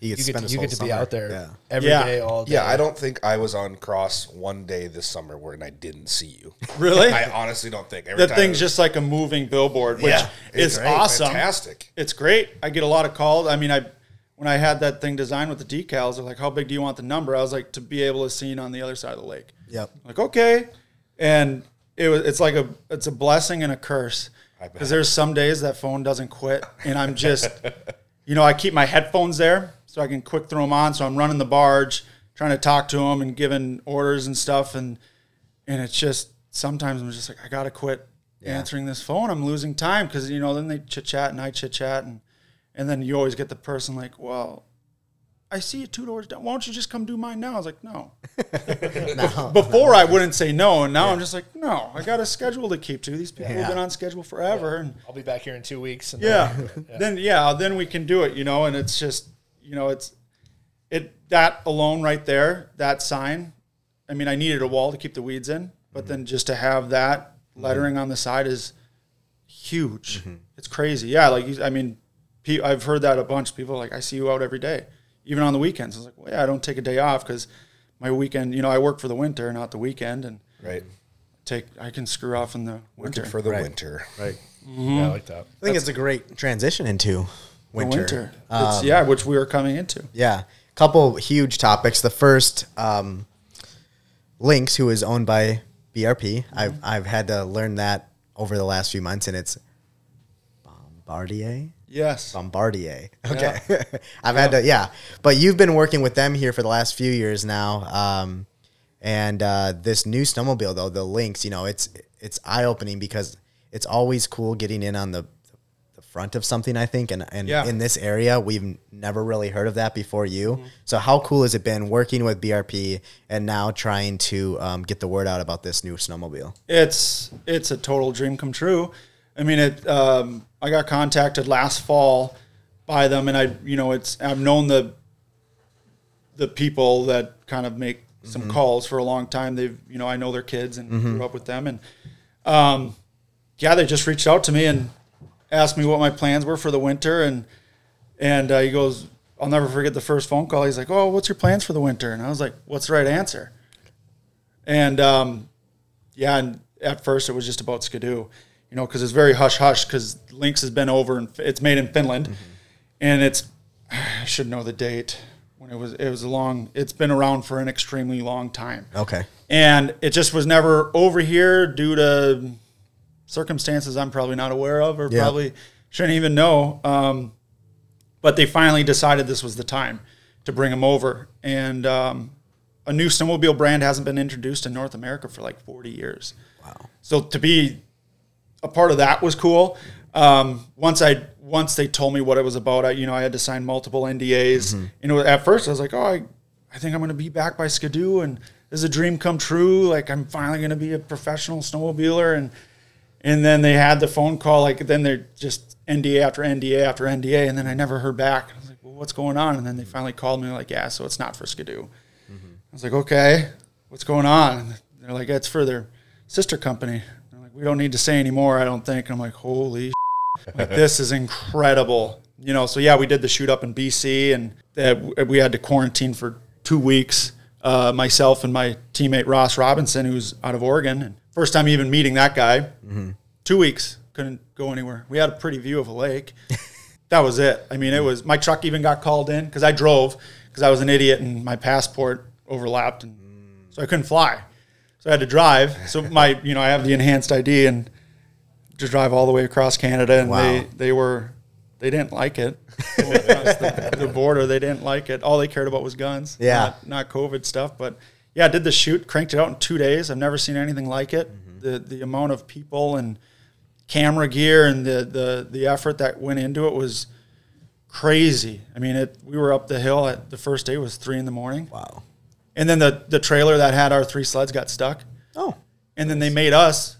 Speaker 3: He could
Speaker 4: you get
Speaker 3: spend
Speaker 4: to,
Speaker 3: his
Speaker 4: you
Speaker 3: whole
Speaker 4: get to be
Speaker 3: summer.
Speaker 4: out there
Speaker 3: Yeah.
Speaker 4: every day,
Speaker 5: Yeah.
Speaker 4: all day.
Speaker 2: Yeah, I don't think I was on cross one day this summer where and I didn't see you.
Speaker 5: Really?
Speaker 2: I honestly don't think. Every
Speaker 5: That
Speaker 2: time
Speaker 5: thing's just like a moving billboard, which
Speaker 4: Yeah.
Speaker 5: is
Speaker 2: Great,
Speaker 5: awesome.
Speaker 2: fantastic.
Speaker 5: It's great. I get a lot of calls. I mean, I when I had that thing designed with the decals, they're like, "How big do you want the number?" I was like, "To be able to seen on the other side of the lake."
Speaker 3: Yep.
Speaker 5: Like, okay, and it was. It's like a. It's a blessing and a curse because there's some days that phone doesn't quit, and I'm just, you know, I keep my headphones there so I can quick throw them on. So I'm running the barge, trying to talk to them and giving orders and stuff, and and it's just sometimes I'm just like I gotta quit answering this phone. I'm losing time because you know then they chit chat and I chit chat and and then you always get the person like, well, I see you two doors down. Why don't you just come do mine now? I was like, no. Before I wouldn't say no, and now I'm just like, no. I got a schedule to keep to. These people have been on schedule forever, and
Speaker 4: I'll be back here in two weeks. And
Speaker 5: yeah. Then yeah, then we can do it, you know, and it's just, you know, it's it that alone right there, that sign. I mean, I needed a wall to keep the weeds in, but then just to have that lettering on the side is huge. It's crazy. Yeah, like you- I mean, pe- I've heard that a bunch. People are like, I see you out every day, even on the weekends. I was like, well, yeah, I don't take a day off because my weekend, you know, I work for the winter, not the weekend, and
Speaker 2: right.
Speaker 5: take I can screw off in the winter.
Speaker 2: Good for the winter.
Speaker 3: Right.
Speaker 4: Yeah,
Speaker 3: Mm-hmm.
Speaker 4: I like that.
Speaker 3: I think it's a great transition into
Speaker 5: The
Speaker 3: winter.
Speaker 5: winter. It's- yeah, which we are coming into.
Speaker 3: Yeah. Couple huge topics. The first, um, Lynx, who is owned by BRP.
Speaker 4: Mm-hmm.
Speaker 3: I've, I've had to learn that over the last few months, and it's Bombardier.
Speaker 5: Yes.
Speaker 3: Bombardier. Okay. I've had to, yeah. But you've been working with them here for the last few years now. Um, and uh, this new snowmobile, though, the Lynx, you know, it's it's eye opening because it's always cool getting in on the, the front of something, I think. And, and
Speaker 5: Yeah.
Speaker 3: in this area, we've never really heard of that before you.
Speaker 5: Mm-hmm.
Speaker 3: So, how cool has it been working with BRP and now trying to um, get the word out about this new snowmobile?
Speaker 5: it's it's a total dream come true. I mean, it. Um, I got contacted last fall by them, and I, you know, it's I've known the the people that kind of make some calls for a long time. They've, you know, I know their kids and grew up with them, and um, yeah, they just reached out to me and asked me what my plans were for the winter, and and uh, he goes, I'll never forget the first phone call. He's like, "Oh, what's your plans for the winter?" And I was like, "What's the right answer?" And um, yeah, and at first it was just about Skidoo, you know, because it's very hush hush because Lynx has been over and it's made in Finland, and it's I should know the date when it was. It was a long. It's been around for an extremely long time,
Speaker 3: Okay.
Speaker 5: and it just was never over here due to circumstances I'm probably not aware of or
Speaker 3: Yeah.
Speaker 5: probably shouldn't even know. Um, but they finally decided this was the time to bring them over, and um, a new snowmobile brand hasn't been introduced in North America for like 40 years. Wow! So to be a part of that was cool. Um, once I once they told me what it was about, I you know I had to sign multiple NDAs. You know, at first I was like, oh, I, I think I'm going to be back by Skidoo, and this is a dream come true. Like I'm finally going to be a professional snowmobiler, and and then they had the phone call. Like then they're just NDA after NDA after NDA, and then I never heard back. I was like, well, what's going on? And then they finally called me like, yeah, so it's not for Skidoo. I was like, okay, what's going on? And they're like, it's for their sister company. They're like, we don't need to say anymore, I don't think. And I'm like, holy, like, this is incredible. You know, so yeah, we did the shoot up in BC, and that we had to quarantine for two weeks. Uh, myself and my teammate Ross Robinson, who's out of Oregon, and first time even meeting that guy. Two weeks couldn't go anywhere. We had a pretty view of a lake. that was it. I mean, it was my truck even got called in because I drove because I was an idiot and my passport overlapped, and so I couldn't fly. So I had to drive. So my, you know, I have the enhanced ID and to drive all the way across Canada, and
Speaker 3: Wow.
Speaker 5: they they were they didn't like it. Going across the, the border, they didn't like it. All they cared about was guns.
Speaker 3: Yeah.
Speaker 5: not, not COVID stuff, but yeah, I did the shoot, cranked it out in two days. I've never seen anything like it.
Speaker 3: Mm-hmm.
Speaker 5: The the amount of people and camera gear and the the the effort that went into it was crazy. I mean, it. We were up the hill at the first day was three in the morning,
Speaker 3: Wow.
Speaker 5: and then the the trailer that had our three sleds got stuck,
Speaker 3: Oh,
Speaker 5: and then they made us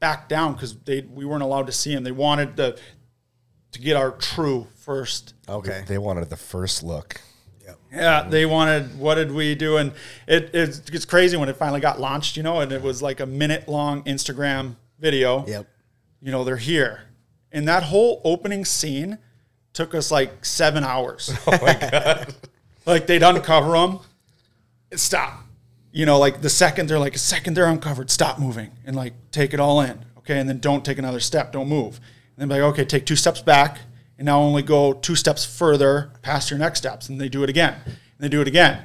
Speaker 5: back down because they we weren't allowed to see them. They wanted the to get our true first
Speaker 3: Okay.
Speaker 2: They wanted the first look.
Speaker 5: Yeah, they wanted. What did we do? And it, it's it's crazy when it finally got launched, you know. And it was like a minute long Instagram video.
Speaker 3: Yep.
Speaker 5: You know, they're here, and that whole opening scene took us like seven hours. Oh my god! like they'd uncover them, stop. You know, like the second they're like a second they're uncovered, stop moving and like take it all in, okay, and then don't take another step, don't move. And then be like, okay, take two steps back, and now only go two steps further past your next steps, and they do it again, and they do it again.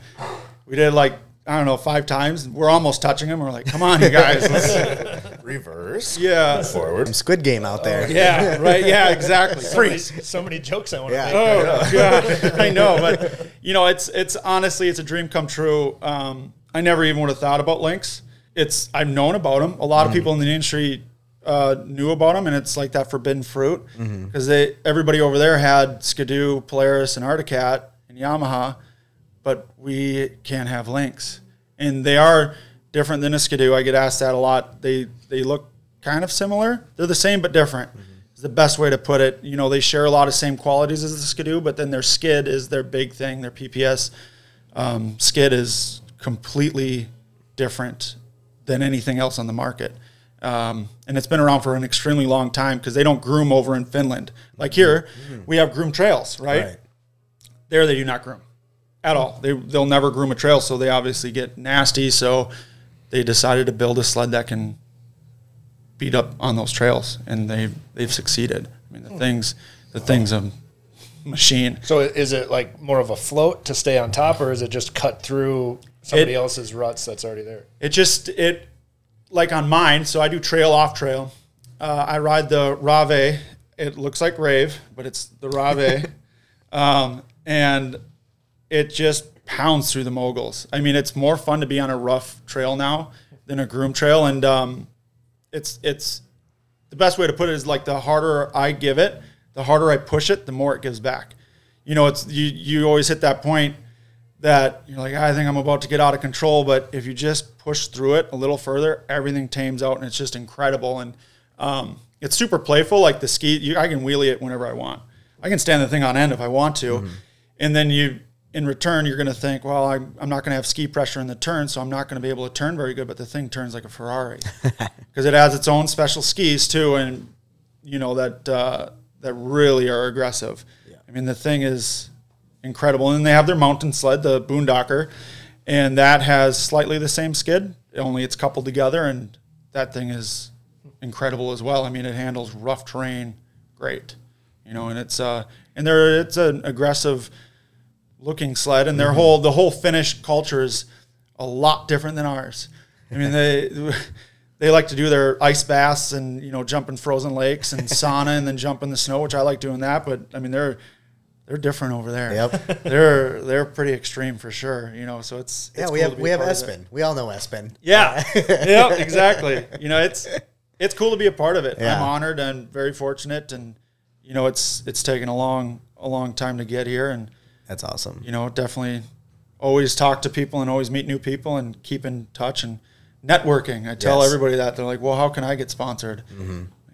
Speaker 5: We did like I don't know five times. We're almost touching them. We're like, come on, you guys, let's-
Speaker 2: Reverse.
Speaker 5: yeah,
Speaker 2: Forward.
Speaker 3: Squid Game out there.
Speaker 5: Oh, yeah, right, yeah, exactly. Freeze.
Speaker 4: So many jokes I want
Speaker 3: Yeah.
Speaker 4: to make.
Speaker 5: Oh yeah, I know, but you know, it's it's honestly it's a dream come true. Um, I never even would have thought about links. It's I've known about them. A lot of people in the industry uh, knew about them, and it's like that forbidden fruit because they everybody over there had Skidoo, Polaris, and Articat and Yamaha, but we can't have links, and they are different than a Skidoo. I get asked that a lot. They they look kind of similar. They're the same but different. Is the best way to put it. You know, they share a lot of same qualities as the Skidoo, but then their skid is their big thing. Their PPS um, skid is completely different than anything else on the market. Um, and it's been around for an extremely long time because they don't groom over in Finland. Like here, we have groom trails, right? There, they do not groom at all. They they'll never groom a trail, so they obviously get nasty. So they decided to build a sled that can beat up on those trails, and they've they've succeeded. I mean, the things the things a machine.
Speaker 4: So i- is it like more of a float to stay on top, or is it just cut through somebody
Speaker 5: It-
Speaker 4: else's ruts that's already there?
Speaker 5: It just it like on mine. So I do trail off trail. Uh, I ride the Rave. It looks like rave, but it's the Rave, um, and it just pounds through the moguls. I mean, it's more fun to be on a rough trail now than a groom trail, and um, it's it's the best way to put it is like the harder I give it, the harder I push it, the more it gives back. You know, it's you you always hit that point that you're like, I think I'm about to get out of control, but if you just push through it a little further, everything tames out and it's just incredible. And um, it's super playful. Like the ski, you, I can wheelie it whenever I want. I can stand the thing on end if I want to. And then you, in return, you're going to think, well, I'm, I'm not going to have ski pressure in the turn, so I'm not going to be able to turn very good. But the thing turns like a Ferrari because it has its own special skis too, and you know that uh, that really are aggressive. I mean, the thing is incredible, and then they have their mountain sled, the Boondocker, and that has slightly the same skid, only it's coupled together, and that thing is incredible as well. I mean, it handles rough terrain great, you know, and it's uh and there it's an aggressive looking sled, and
Speaker 3: Mm-hmm.
Speaker 5: their whole the whole Finnish culture is a lot different than ours. I mean, they they like to do their ice baths and you know jump in frozen lakes and sauna and then jump in the snow, which I like doing that. But I mean, they're they're different over there.
Speaker 3: Yep.
Speaker 5: they're they're pretty extreme for sure. You know, so it's,
Speaker 3: Yeah,
Speaker 5: it's
Speaker 3: we
Speaker 5: cool
Speaker 3: have
Speaker 5: to be
Speaker 3: we
Speaker 5: a
Speaker 3: have
Speaker 5: part of it.
Speaker 3: Espen. We all know Espen.
Speaker 5: Yeah. yeah, exactly. You know, it's it's cool to be a part of it.
Speaker 3: Yeah.
Speaker 5: I'm honored and very fortunate and you know, it's it's taken a long a long time to get here and
Speaker 3: That's awesome.
Speaker 5: Mm-hmm. you know, definitely always talk to people and always meet new people and keep in touch and networking. I tell
Speaker 3: Yes. Mm-hmm.
Speaker 5: everybody that they're like, "Well, how can I get sponsored?"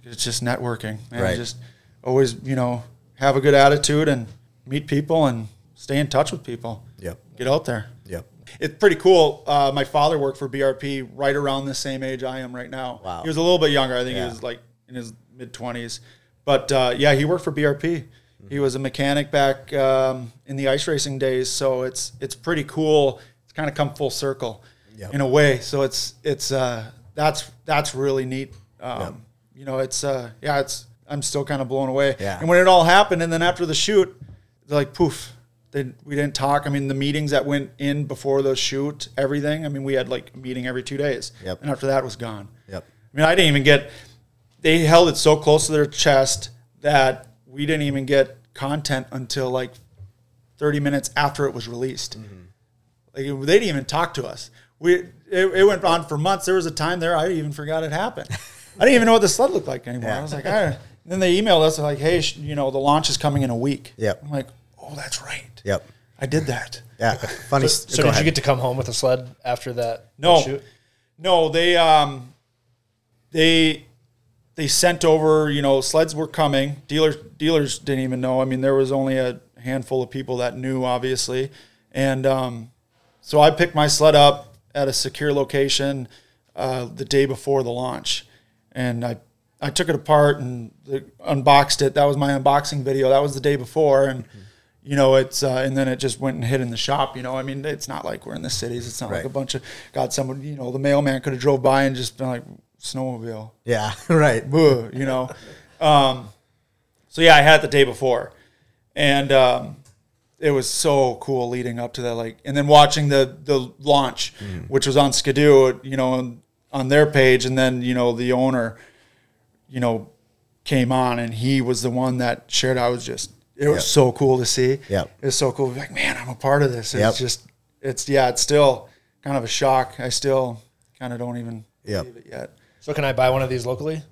Speaker 5: It's just networking. Man,
Speaker 3: Right.
Speaker 5: just always, you know, have a good attitude and meet people and stay in touch with people.
Speaker 3: Yep.
Speaker 5: Get out there
Speaker 3: Yep.
Speaker 5: it's pretty cool. Uh, my father worked for BRP right around the same age I am right now.
Speaker 3: Wow.
Speaker 5: He was a little bit younger. I think
Speaker 3: Yeah.
Speaker 5: he was like in his mid 20s. But uh, yeah, he worked for BRP.
Speaker 3: Mm-hmm.
Speaker 5: He was a mechanic back um, in the ice racing days. So it's it's pretty cool. It's kind of come full circle
Speaker 3: Yep.
Speaker 5: in a way. So it's it's uh, that's that's really neat. Um, You know, it's uh, yeah, it's I'm still kind of blown away.
Speaker 3: Yeah.
Speaker 5: And when it all happened, and then after the shoot, they're like poof. They, we didn't talk. I mean, the meetings that went in before the shoot, everything. I mean, we had like a meeting every two days,
Speaker 3: Yep.
Speaker 5: and after that was gone.
Speaker 3: Yep.
Speaker 5: I mean, I didn't even get. They held it so close to their chest that we didn't even get content until like 30 minutes after it was
Speaker 3: Mm-hmm.
Speaker 5: released. Like it- they didn't even talk to us. We it, it went on for months. There was a time there I even forgot it happened. I didn't even know what the sled looked like anymore. I was like, I, then they emailed us like, hey, sh- you know, the launch is coming in a week.
Speaker 3: Yep.
Speaker 5: I'm like, oh, that's right.
Speaker 3: Yep.
Speaker 5: I did that.
Speaker 3: Yeah. Funny. s-
Speaker 4: So
Speaker 3: go
Speaker 4: did
Speaker 3: ahead.
Speaker 4: you get to come home with a sled after that?
Speaker 5: No,
Speaker 4: shoot?
Speaker 5: no, they um, they they sent over, you know, sleds were coming. Dealers dealers didn't even know. I mean, there was only a handful of people that knew, obviously. And um, so I picked my sled up at a secure location uh, the day before the launch, and I I took it apart and uh, unboxed it. That was my unboxing video. That was the day before, and you know it's uh, and then it just went and hid in the shop. You know, I mean, it's not like we're in the cities. It's not like
Speaker 3: Right.
Speaker 5: a bunch of God. Someone, you know, the mailman could have drove by and just been like snowmobile
Speaker 3: Yeah, right.
Speaker 5: boo, you know. Um, so yeah, I had it the day before, and um, it was so cool leading up to that. Like, and then watching the the launch,
Speaker 3: Mm.
Speaker 5: which was on Skidoo, you know, on, on their page, and then you know the owner, you know, came on, and he was the one that shared. I was just, it was
Speaker 3: Yep.
Speaker 5: so cool to see.
Speaker 3: Yep.
Speaker 5: it was so cool. to be Like, man, I'm a part of this. It's
Speaker 3: Yep.
Speaker 5: just, it's yeah, it's still kind of a shock. I still kind of don't even
Speaker 3: Yep.
Speaker 5: believe it yet.
Speaker 4: So can I buy one of these locally?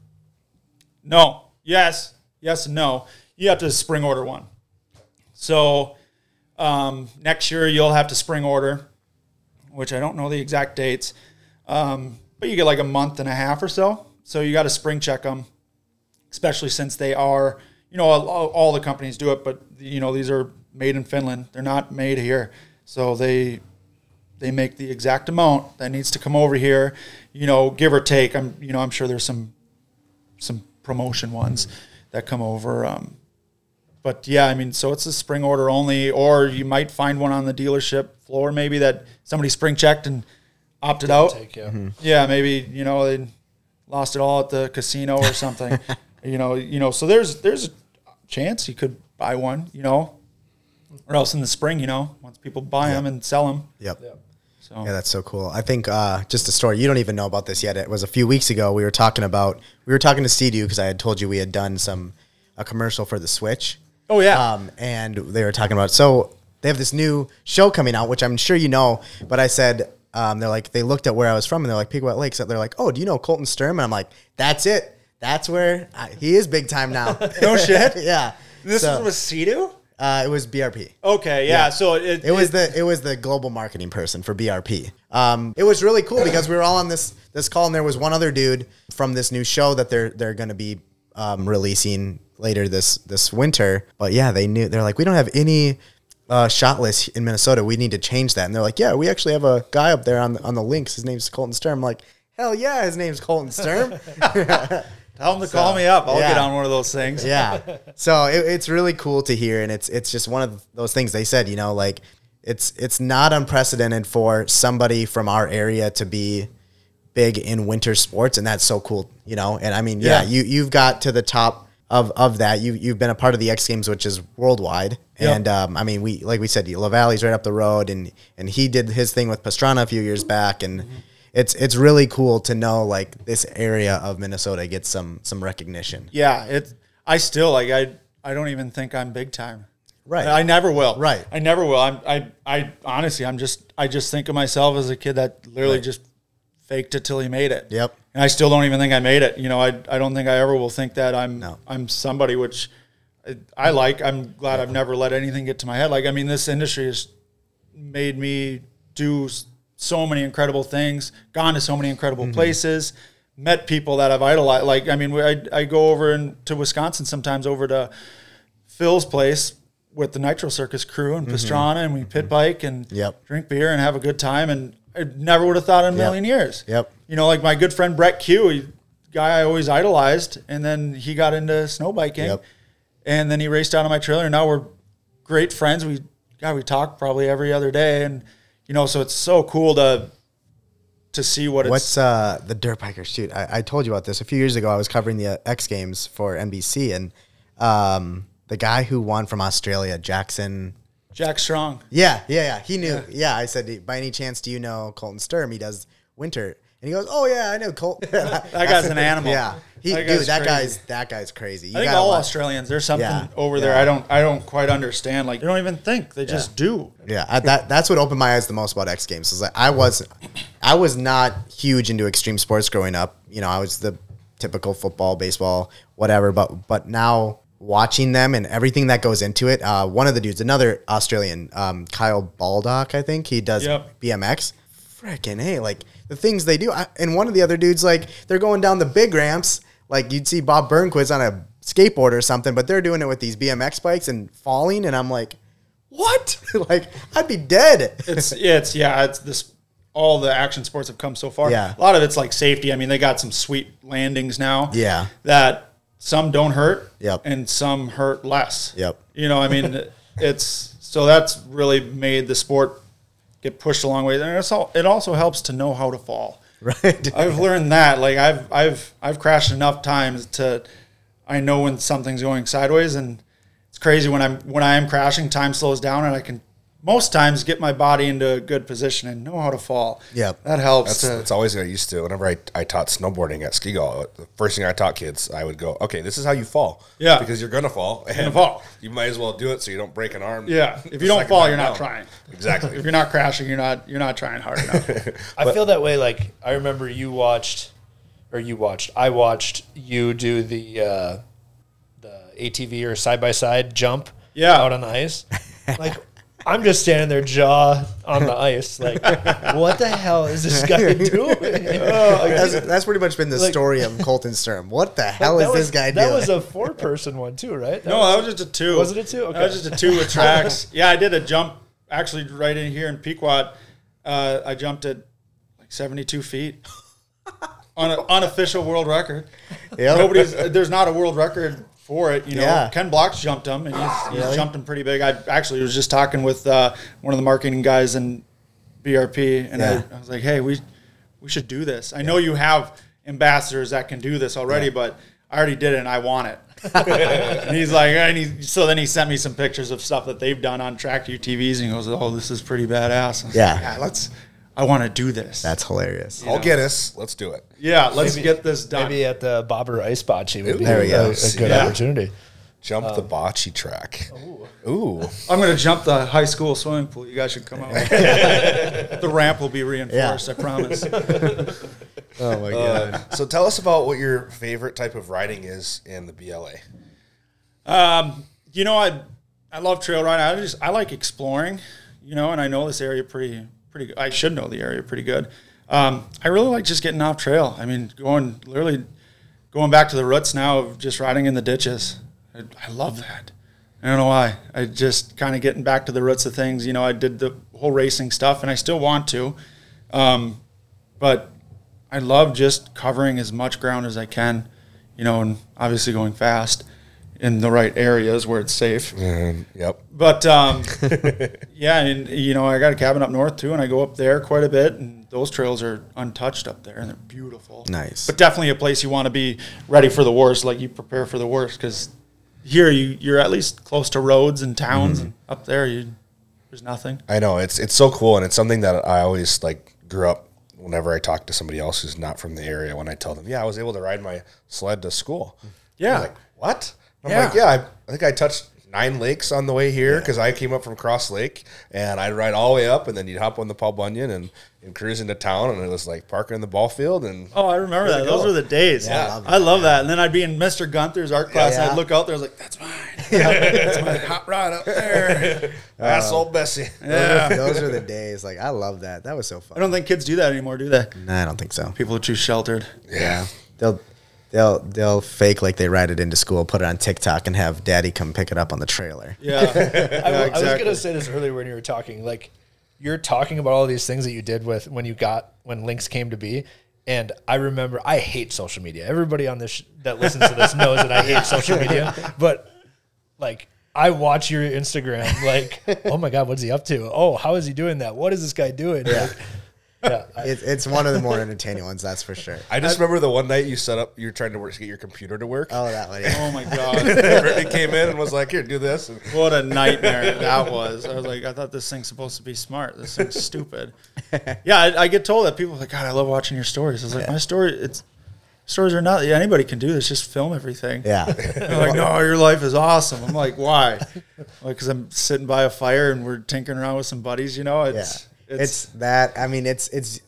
Speaker 5: No. Yes. Yes and no. You have to spring order one. So um, next year you'll have to spring order, which I don't know the exact dates, um, but you get like a month and a half or so. So you got to spring check them, especially since they are, you know, all, all the companies do it, but you know these are made in Finland. They're not made here, so they they make the exact amount that needs to come over here, you know, give or take. I'm you know I'm sure there's some some promotion ones that come over. Um, but yeah, I mean, so it's a spring order only, or you might find one on the dealership floor maybe that somebody spring checked and opted out.
Speaker 4: Take yeah.
Speaker 5: Yeah, maybe you know they lost it all at the casino or something. you know, you know. So there's there's a chance you could buy one. You know, or else in the spring, you know, once people buy them and sell them.
Speaker 3: Yep.
Speaker 5: So
Speaker 3: Yeah, that's so cool. I think uh, just a story. You don't even know about this yet. It was a few weeks ago. We were talking about we were talking to Cedu because I had told you we had done some a commercial for the Switch.
Speaker 5: Oh, yeah.
Speaker 3: Um, and they were talking about so they have this new show coming out, which I'm sure you know. But I said um, they're like they looked at where I was from and they're like Pequot Lakes. So they're like, oh, do you know Colton Sturm? And I'm like, that's it. That's where I, he is big time now.
Speaker 5: no shit.
Speaker 3: yeah.
Speaker 5: This
Speaker 3: So,
Speaker 5: was Cedo.
Speaker 3: uh, it was BRP.
Speaker 5: Okay, yeah. So it,
Speaker 3: It was the it was the global marketing person for BRP. Um, it was really cool because we were all on this this call, and there was one other dude from this new show that they're they're going to be um, releasing later this this winter. But yeah, they knew they're like, we don't have any uh, shot list in Minnesota. We need to change that. And they're like, yeah, we actually have a guy up there on the, on the links. His name's Colton Sturm. I'm like, hell yeah, his name's Colton Sturm.
Speaker 5: Tell them to call me up. I'll
Speaker 3: yeah.
Speaker 5: get on one of those things.
Speaker 3: yeah. So it, it's really cool to hear, and it's it's just one of those things they said. You know, like it's it's not unprecedented for somebody from our area to be big in winter sports, and that's so cool. You know, and I mean, yeah,
Speaker 5: Yeah.
Speaker 3: you you've got to the top of of that. You you've been a part of the X Games, which is worldwide, and um, I mean, we like we said, La Valley's right up the road, and and he did his thing with Pastrana a few years back, and. It's, it's really cool to know like this area of Minnesota gets some some recognition.
Speaker 5: Yeah, it. I still like. I I don't even think I'm big time.
Speaker 3: Right.
Speaker 5: I never will.
Speaker 3: Right.
Speaker 5: I never will. I'm. I. I honestly, I'm just. I just think of myself as a kid that literally just faked it till he made it.
Speaker 3: Yep.
Speaker 5: And I still don't even think I made it. You know, I. I don't think I ever will think that I'm.
Speaker 3: No.
Speaker 5: I'm somebody which, I, I like. I'm glad I've never let anything get to my head. Like I mean, this industry has made me do s- so many incredible things, gone to so many incredible
Speaker 3: Mm-hmm.
Speaker 5: places, met people that I've idolized. Like, I mean, we- I, I go over in, to Wisconsin sometimes over to Phil's place with the Nitro Circus crew and Pastrana, and we pit bike and
Speaker 3: Mm-hmm. Yep.
Speaker 5: drink beer and have a good time. And I never would have thought in a million years.
Speaker 3: Yep.
Speaker 5: You know, like my good friend Brett Q, he, guy I always idolized, and then he got into snow biking,
Speaker 3: Yep.
Speaker 5: and then he raced out on my trailer. And now we're great friends. We God, we talk probably every other day, and you know, so it's so cool to to see what
Speaker 3: What's
Speaker 5: it's.
Speaker 3: uh, the dirt biker shoot? I, I told you about this a few years ago. I was covering the uh, X Games for NBC, and um, the guy who won from Australia, Jackson.
Speaker 5: Jack Strong.
Speaker 3: Yeah, yeah, yeah. He knew. Yeah, I said, by any chance, do you know Colton Sturm? He does winter, and he goes, "Oh yeah, I know Colton." that
Speaker 5: guy's an animal.
Speaker 3: Yeah, he, dude,
Speaker 5: That guy's
Speaker 3: that
Speaker 5: crazy.
Speaker 3: guy's that guy's crazy. You
Speaker 5: I think
Speaker 3: gotta
Speaker 5: all
Speaker 3: watch-
Speaker 5: Australians, there's something
Speaker 3: Yeah,
Speaker 5: over there.
Speaker 3: yeah.
Speaker 5: I don't, I don't quite understand. Like they don't even think; they just do.
Speaker 3: Yeah, I, that that's what opened my eyes the most about X Games. Is like I was, I was not huge into extreme sports growing up. You know, I was the typical football, baseball, whatever. But but now watching them and everything that goes into it, uh, one of the dudes, another Australian, um, Kyle Baldock, I think he does
Speaker 5: Yep.
Speaker 3: BMX. Freaking hey, like the things they do. I, and one of the other dudes, like they're going down the big ramps. Like you'd see Bob Burnquist on a skateboard or something, but they're doing it with these BMX bikes and falling, and I'm like, what? like I'd be dead.
Speaker 5: it's it's yeah it's this all the action sports have come so far
Speaker 3: Yeah.
Speaker 5: a lot of it's like safety i mean they got some sweet landings now
Speaker 3: Yeah.
Speaker 5: that some don't hurt
Speaker 3: Yep.
Speaker 5: and some hurt less
Speaker 3: Yep.
Speaker 5: you know i mean it's so that's really made the sport get pushed a long way and it's all, it also helps to know how to fall
Speaker 3: right.
Speaker 5: I've learned that. Like I've I've I've crashed enough times to I know when something's going sideways and it's crazy when I'm when I am crashing, time slows down and I can most times get my body into a good position and know how to fall.
Speaker 3: Yep.
Speaker 5: That helps
Speaker 2: That's,
Speaker 5: to
Speaker 2: that's always what I used to. Whenever I, I taught snowboarding at Ski Gall, the first thing I taught kids, I would go, okay, this is how you fall.
Speaker 5: Yeah.
Speaker 2: Because you're going to fall. And
Speaker 5: fall.
Speaker 2: You might as well do it so you don't break an arm.
Speaker 5: Yeah. If
Speaker 2: the
Speaker 5: you don't
Speaker 2: second
Speaker 5: fall,
Speaker 2: time
Speaker 5: you're not
Speaker 2: down.
Speaker 5: trying.
Speaker 2: Exactly.
Speaker 5: if you're not crashing, you're not you're not trying hard enough.
Speaker 4: I feel that way. Like I remember you watched, or you watched. I watched you do the uh, the ATV or side by side jump.
Speaker 5: Yeah.
Speaker 4: out on the ice. Like I'm just standing there, jaw on the ice. Like what the hell is this guy doing?
Speaker 3: That's, that's pretty much been the
Speaker 4: Like-
Speaker 3: story of Colton Sturm. What the hell is
Speaker 4: That
Speaker 3: this
Speaker 4: was-
Speaker 3: guy
Speaker 4: That
Speaker 3: doing?
Speaker 4: was a four person one too, right? That
Speaker 5: No, that was just a two.
Speaker 4: Was it a two?
Speaker 5: That
Speaker 4: Okay.
Speaker 5: was just a two with tracks. yeah, I did a jump actually right in here in Pequot. Uh, I jumped at like 72 feet on an unofficial world record.
Speaker 3: Yep.
Speaker 5: Nobody's there's not a world record for it. You know,
Speaker 3: Yeah.
Speaker 5: Ken Blocks jumped him, and he's, he's jumped him pretty big. I actually was just talking with uh, one of the marketing guys in BRP, and
Speaker 3: Yeah.
Speaker 5: I, I was like, hey, we we should do this. I know you have ambassadors that can do this already, but I already did it, and I want it. And he's like, and he, so then he sent me some pictures of stuff that they've done on track UTVs, and he goes, "Oh, this is pretty badass." I was
Speaker 3: Yeah.
Speaker 5: like, let's. I want to do this.
Speaker 3: That's hilarious.
Speaker 2: I'll get us. Let's do it.
Speaker 5: yeah, let's get this done.
Speaker 4: Maybe at the Bobber Ice Bocce would be
Speaker 3: There we go.
Speaker 4: a, a good
Speaker 5: Yeah.
Speaker 4: opportunity.
Speaker 2: Jump the bocce track. Um, Ooh.
Speaker 5: I'm gonna jump the high school swimming pool. You guys should come out. the ramp will be reinforced. I promise.
Speaker 3: Oh my god.
Speaker 2: so tell us about what your favorite type of riding is in the BLA.
Speaker 5: you know, I I love trail riding. I just I like exploring, you know, and I know this area pretty pretty. good. I should know the area pretty good. Um, I really like just getting off trail. I mean, going literally going back to the roots now of just riding in the ditches. I, I love that. I don't know why. I just kind of getting back to the roots of things. You know, I did the whole racing stuff, and I still want to, um, but I love just covering as much ground as I can. You know, and obviously going fast in the right areas where it's safe.
Speaker 2: Yep.
Speaker 5: But um, yeah, and you know, I got a cabin up north too, and I go up there quite a bit, and those trails are untouched up there, and they're beautiful.
Speaker 3: Nice.
Speaker 5: but definitely a place you want to be ready for the worst, like you prepare for the worst, because here you you're at least close to roads and towns, and up there you there's nothing.
Speaker 2: I know it's it's so cool, and it's something that I always like grew up. Whenever I talk to somebody else who's not from the area, when I tell them, "Yeah, I was able to ride my sled to school,"
Speaker 5: Yeah.
Speaker 2: They're like what? I'm
Speaker 5: Yeah.
Speaker 2: like, "Yeah, I, I think I touched nine lakes on the way here because I came up from Cross Lake, and I'd ride all the way up, and then you'd hop on the Paul Bunyan and, and cruise into town, and it was like parking in the ball field, and
Speaker 5: Oh, I remember that. Those
Speaker 2: go.
Speaker 5: were the days.
Speaker 2: Yeah. I
Speaker 5: I
Speaker 2: love
Speaker 5: love, that. And then I'd be in Mr. Gunther's art class, and
Speaker 3: Yeah.
Speaker 5: I'd look out there, I was like, "That's mine."
Speaker 2: it's my hot rod up there, asshole Bessie.
Speaker 3: Those are the days. Like I love that. That was so
Speaker 5: I
Speaker 3: fun.
Speaker 5: don't think kids do that anymore, do they?
Speaker 3: Nah, I don't think so.
Speaker 5: People are too sheltered.
Speaker 2: Yeah,
Speaker 3: They'll they'll they'll fake like they ride it into school, put it on TikTok, and have daddy come pick it up on the trailer.
Speaker 5: Yeah.
Speaker 4: I, w- I was
Speaker 5: exactly.
Speaker 4: gonna say this earlier when you were talking. Like, you're talking about all these things that you did with when you got when links came to be. And I remember I hate social media. Everybody on this sh- that listens to this knows that I hate social media. But like, I watch your Instagram. Like, oh my god, what's he up to? Oh, how is he doing that? What is this guy doing? Like, yeah, I-
Speaker 3: It's it's one of the more entertaining ones, that's for sure.
Speaker 2: I just remember the one night you set up, you were trying to work to get your computer to work.
Speaker 3: Oh, that one. Yeah.
Speaker 5: Oh my god,
Speaker 2: Brittany came in and was like, "Here, do this." And
Speaker 5: what a nightmare that was! I was like, I thought this thing's supposed to be smart. This thing's stupid. Yeah, I, I get told that people are like, God, I love watching your stories. I was like, my story, it's stories are not. Yeah, anybody can do this. Just film everything.
Speaker 3: Yeah.
Speaker 5: They're like, no, your life is awesome. I'm like, why? Like, because I'm sitting by a fire and we're tinkering around with some buddies. You know,
Speaker 3: Yeah.
Speaker 5: it's
Speaker 3: It's that I mean it's it's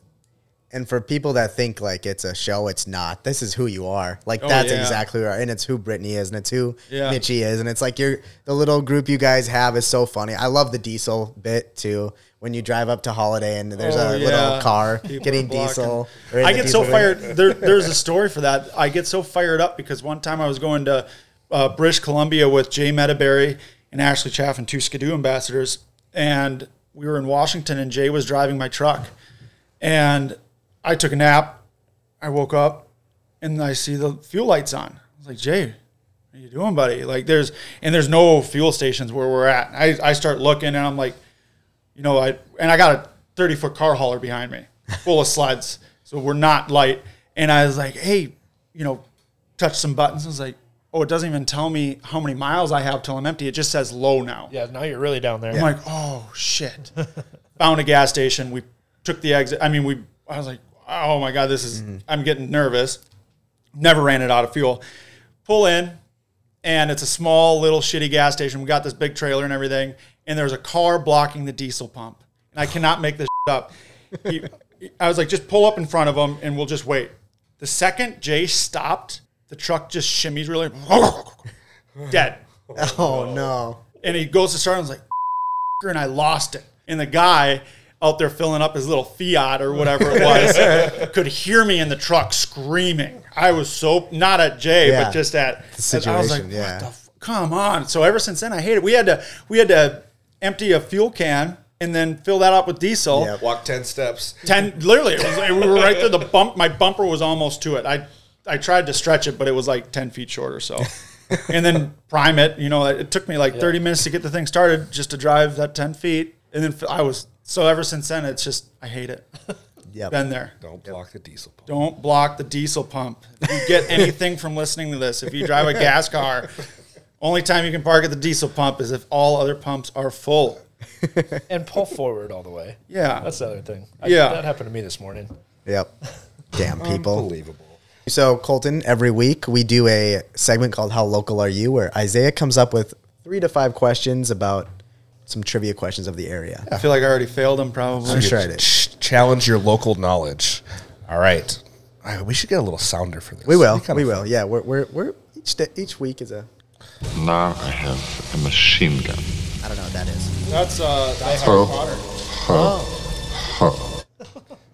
Speaker 3: And for people that think like it's a show, it's not. This is who you are. Like
Speaker 5: Oh,
Speaker 3: that's
Speaker 5: yeah.
Speaker 3: exactly who you are. And it's who Brittany is and it's who
Speaker 5: Yeah.
Speaker 3: Mitchie is. And it's like you're the little group you guys have is so funny. I love the diesel bit too. When you drive up to holiday and there's
Speaker 5: Oh,
Speaker 3: a
Speaker 5: yeah.
Speaker 3: little car
Speaker 5: People
Speaker 3: getting
Speaker 5: are blocking.
Speaker 3: diesel. or in
Speaker 5: I
Speaker 3: the
Speaker 5: get so
Speaker 3: diesel-
Speaker 5: fired. There, there's a story for that. I get so fired up because one time I was going to uh, British Columbia with Jay Medaberry and Ashley Chaffin, two Skidoo ambassadors, and we were in Washington, and Jay was driving my truck, and I took a nap. I woke up, and I see the fuel lights on. I was like, Jay, what are you doing, buddy? Like, there's and there's no fuel stations where we're at. I I start looking, and I'm like you know, I and I got a 30 foot car hauler behind me full of sleds. So we're not light. And I was like, hey, you know, touch some buttons. I was like, oh, it doesn't even tell me how many miles I have till I'm empty. It just says low now.
Speaker 4: Yeah, now you're really down there.
Speaker 5: I'm like, oh shit. Found a gas station. We took the exit. I mean, we. I was like, oh my god, this is. I'm getting nervous. Never ran it out of fuel. Pull in, and it's a small little shitty gas station. We got this big trailer and everything, and there's a car blocking the diesel pump, and I cannot make this up. He- I was like, just pull up in front of him, and we'll just wait. The second Jay stopped, the truck just shimmies really dead
Speaker 3: Oh no.
Speaker 5: and he goes to start and I was like, and I lost it. And the guy out there filling up his little Fiat or whatever it was could hear me in the truck screaming. I was so not at Jay,
Speaker 3: Yeah.
Speaker 5: but just at
Speaker 3: The
Speaker 5: I was like,
Speaker 3: situation, yeah.
Speaker 5: what the f- come on. So ever since then, I hate it. We had to we had to empty a fuel can and then fill that up with diesel.
Speaker 3: Yep.
Speaker 2: Walk 10 steps.
Speaker 5: Ten literally, it was like, we were right there. The bump, my bumper was almost to it. I I tried to stretch it, but it was like ten feet short or so. and then prime it. You know, it, it took me like thirty minutes to get the thing started, just to drive that ten feet. And then f- I was so ever since then, it's just I hate it.
Speaker 3: Yep.
Speaker 5: Been there.
Speaker 2: Don't block the diesel pump.
Speaker 5: Don't block the diesel pump. If you get anything from listening to this, if you drive a gas car, only time you can park at the diesel pump is if all other pumps are full.
Speaker 4: And pull forward all the way.
Speaker 5: Yeah.
Speaker 4: That's the other thing. I-
Speaker 5: Yeah.
Speaker 4: That happened to me this morning.
Speaker 3: Yep. Damn people.
Speaker 2: Unbelievable.
Speaker 3: So, Colton, every week we do a segment called How Local Are You, where Isaiah comes up with three to five questions about some trivia questions of the area.
Speaker 5: I feel like I already failed them probably.
Speaker 3: I'm sure I did.
Speaker 2: Ch- Challenge your local knowledge. All right. I- we should get a little sounder for this.
Speaker 3: We will.
Speaker 2: Kinda
Speaker 3: We
Speaker 2: fun.
Speaker 3: will. Yeah, we're, we're, we're each, day, each week is a,
Speaker 6: Now I have a machine gun.
Speaker 3: I don't know what that is.
Speaker 5: That's uh, that's Harry Potter.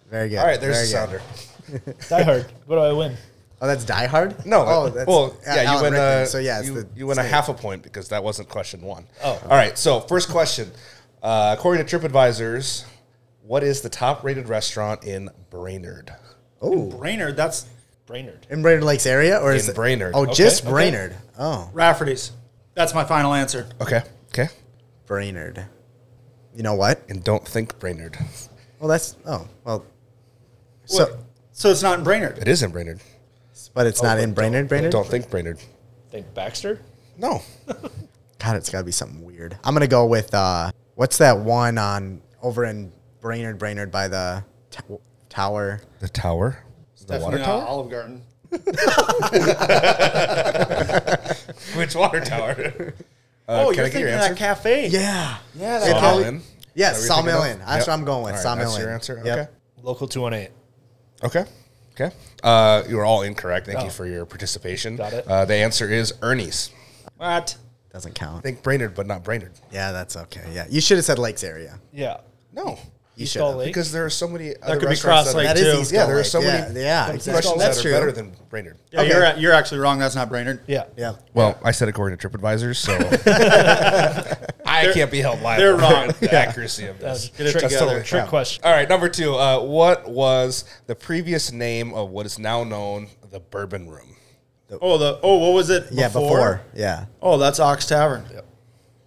Speaker 3: Very good.
Speaker 2: All right, there's
Speaker 3: Very
Speaker 2: a
Speaker 3: good.
Speaker 2: sounder.
Speaker 4: Die hard. What do I win?
Speaker 3: Oh, that's Die Hard?
Speaker 2: No.
Speaker 3: Oh,
Speaker 2: that's, well,
Speaker 3: A-
Speaker 2: yeah,
Speaker 3: Alan
Speaker 2: you win.
Speaker 3: Rickman.
Speaker 2: A,
Speaker 3: so, yeah, it's
Speaker 2: you,
Speaker 3: the
Speaker 2: you win a
Speaker 3: same.
Speaker 2: half a point because that wasn't question one.
Speaker 4: Oh.
Speaker 2: All right. So first question, uh, according to TripAdvisor's, what is the top-rated restaurant in Brainerd?
Speaker 3: Oh,
Speaker 5: Brainerd, that's
Speaker 4: Brainerd.
Speaker 3: in Brainerd Lakes area? or is
Speaker 2: In
Speaker 3: it,
Speaker 2: Brainerd.
Speaker 3: Oh,
Speaker 2: Okay,
Speaker 3: just
Speaker 4: okay.
Speaker 3: Brainerd. Oh,
Speaker 5: Rafferty's. That's my final answer.
Speaker 2: Okay. Okay.
Speaker 3: Brainerd. You know what?
Speaker 2: And don't think Brainerd.
Speaker 3: Well, that's, oh, well. So,
Speaker 5: So it's not in Brainerd.
Speaker 2: It is in Brainerd.
Speaker 3: but
Speaker 2: Oh,
Speaker 3: it's not
Speaker 4: but
Speaker 3: in Brainerd, Brainerd?
Speaker 2: Don't think Brainerd.
Speaker 4: Think Baxter?
Speaker 2: No.
Speaker 3: God, it's got to be something weird. I'm gonna go with uh, what's that one on over in Brainerd, Brainerd by the t- tower?
Speaker 2: The tower. The water
Speaker 5: Definitely
Speaker 2: tower.
Speaker 5: not Olive Garden.
Speaker 2: Which water tower?
Speaker 5: oh,
Speaker 2: can I
Speaker 5: you're
Speaker 2: get
Speaker 5: thinking
Speaker 2: your
Speaker 5: of
Speaker 2: answer?
Speaker 5: that cafe.
Speaker 3: Yeah, yeah,
Speaker 5: that
Speaker 2: Saw
Speaker 5: probably-
Speaker 2: Millen?
Speaker 3: yeah,
Speaker 2: Is that what you're
Speaker 3: Sawmill
Speaker 2: thinking
Speaker 3: Inn.
Speaker 2: of?
Speaker 3: That's
Speaker 2: Yep.
Speaker 3: what I'm going with.
Speaker 2: All right,
Speaker 3: Sawmill
Speaker 2: That's
Speaker 3: Inn.
Speaker 2: your answer.
Speaker 3: Yep.
Speaker 4: Local 218.
Speaker 2: Okay. Okay. Okay. Uh, you were all incorrect. Thank
Speaker 4: Oh.
Speaker 2: you for your participation.
Speaker 4: Got it.
Speaker 2: Uh, the answer is Ernie's.
Speaker 5: What?
Speaker 3: Doesn't count.
Speaker 2: Think Brainerd, but not Brainerd.
Speaker 3: Yeah, that's okay. Yeah, you should have said Lakes area.
Speaker 4: Yeah.
Speaker 2: No,
Speaker 3: You
Speaker 4: East
Speaker 3: should.
Speaker 4: Salt
Speaker 3: have.
Speaker 4: Lake.
Speaker 2: because there are so many. That
Speaker 5: could be
Speaker 2: restaurants
Speaker 5: Cross
Speaker 2: that
Speaker 3: That
Speaker 2: are-
Speaker 5: Lake,
Speaker 3: is
Speaker 5: too.
Speaker 3: East
Speaker 2: Yeah,
Speaker 3: Salt
Speaker 2: there are
Speaker 3: Lake.
Speaker 2: so
Speaker 3: yeah,
Speaker 2: many
Speaker 3: Yeah,
Speaker 2: questions
Speaker 3: exactly.
Speaker 2: that
Speaker 3: That's
Speaker 2: are
Speaker 3: true.
Speaker 2: better than Brainerd.
Speaker 5: Yeah, you're at, you're actually wrong. That's not Brainerd.
Speaker 4: Yeah.
Speaker 3: yeah.
Speaker 2: Well, I said according to TripAdvisor, so I can't be held liable.
Speaker 5: they're wrong.
Speaker 2: for The accuracy of this.
Speaker 4: Get it
Speaker 2: That's
Speaker 4: together.
Speaker 2: totally
Speaker 4: Trick
Speaker 2: crap.
Speaker 4: question.
Speaker 2: All right, number two. Uh, what was the previous name of what is now known the Bourbon Room?
Speaker 5: Oh, the oh, what was it?
Speaker 3: Yeah, before. Yeah,
Speaker 5: Oh, that's Ox Tavern.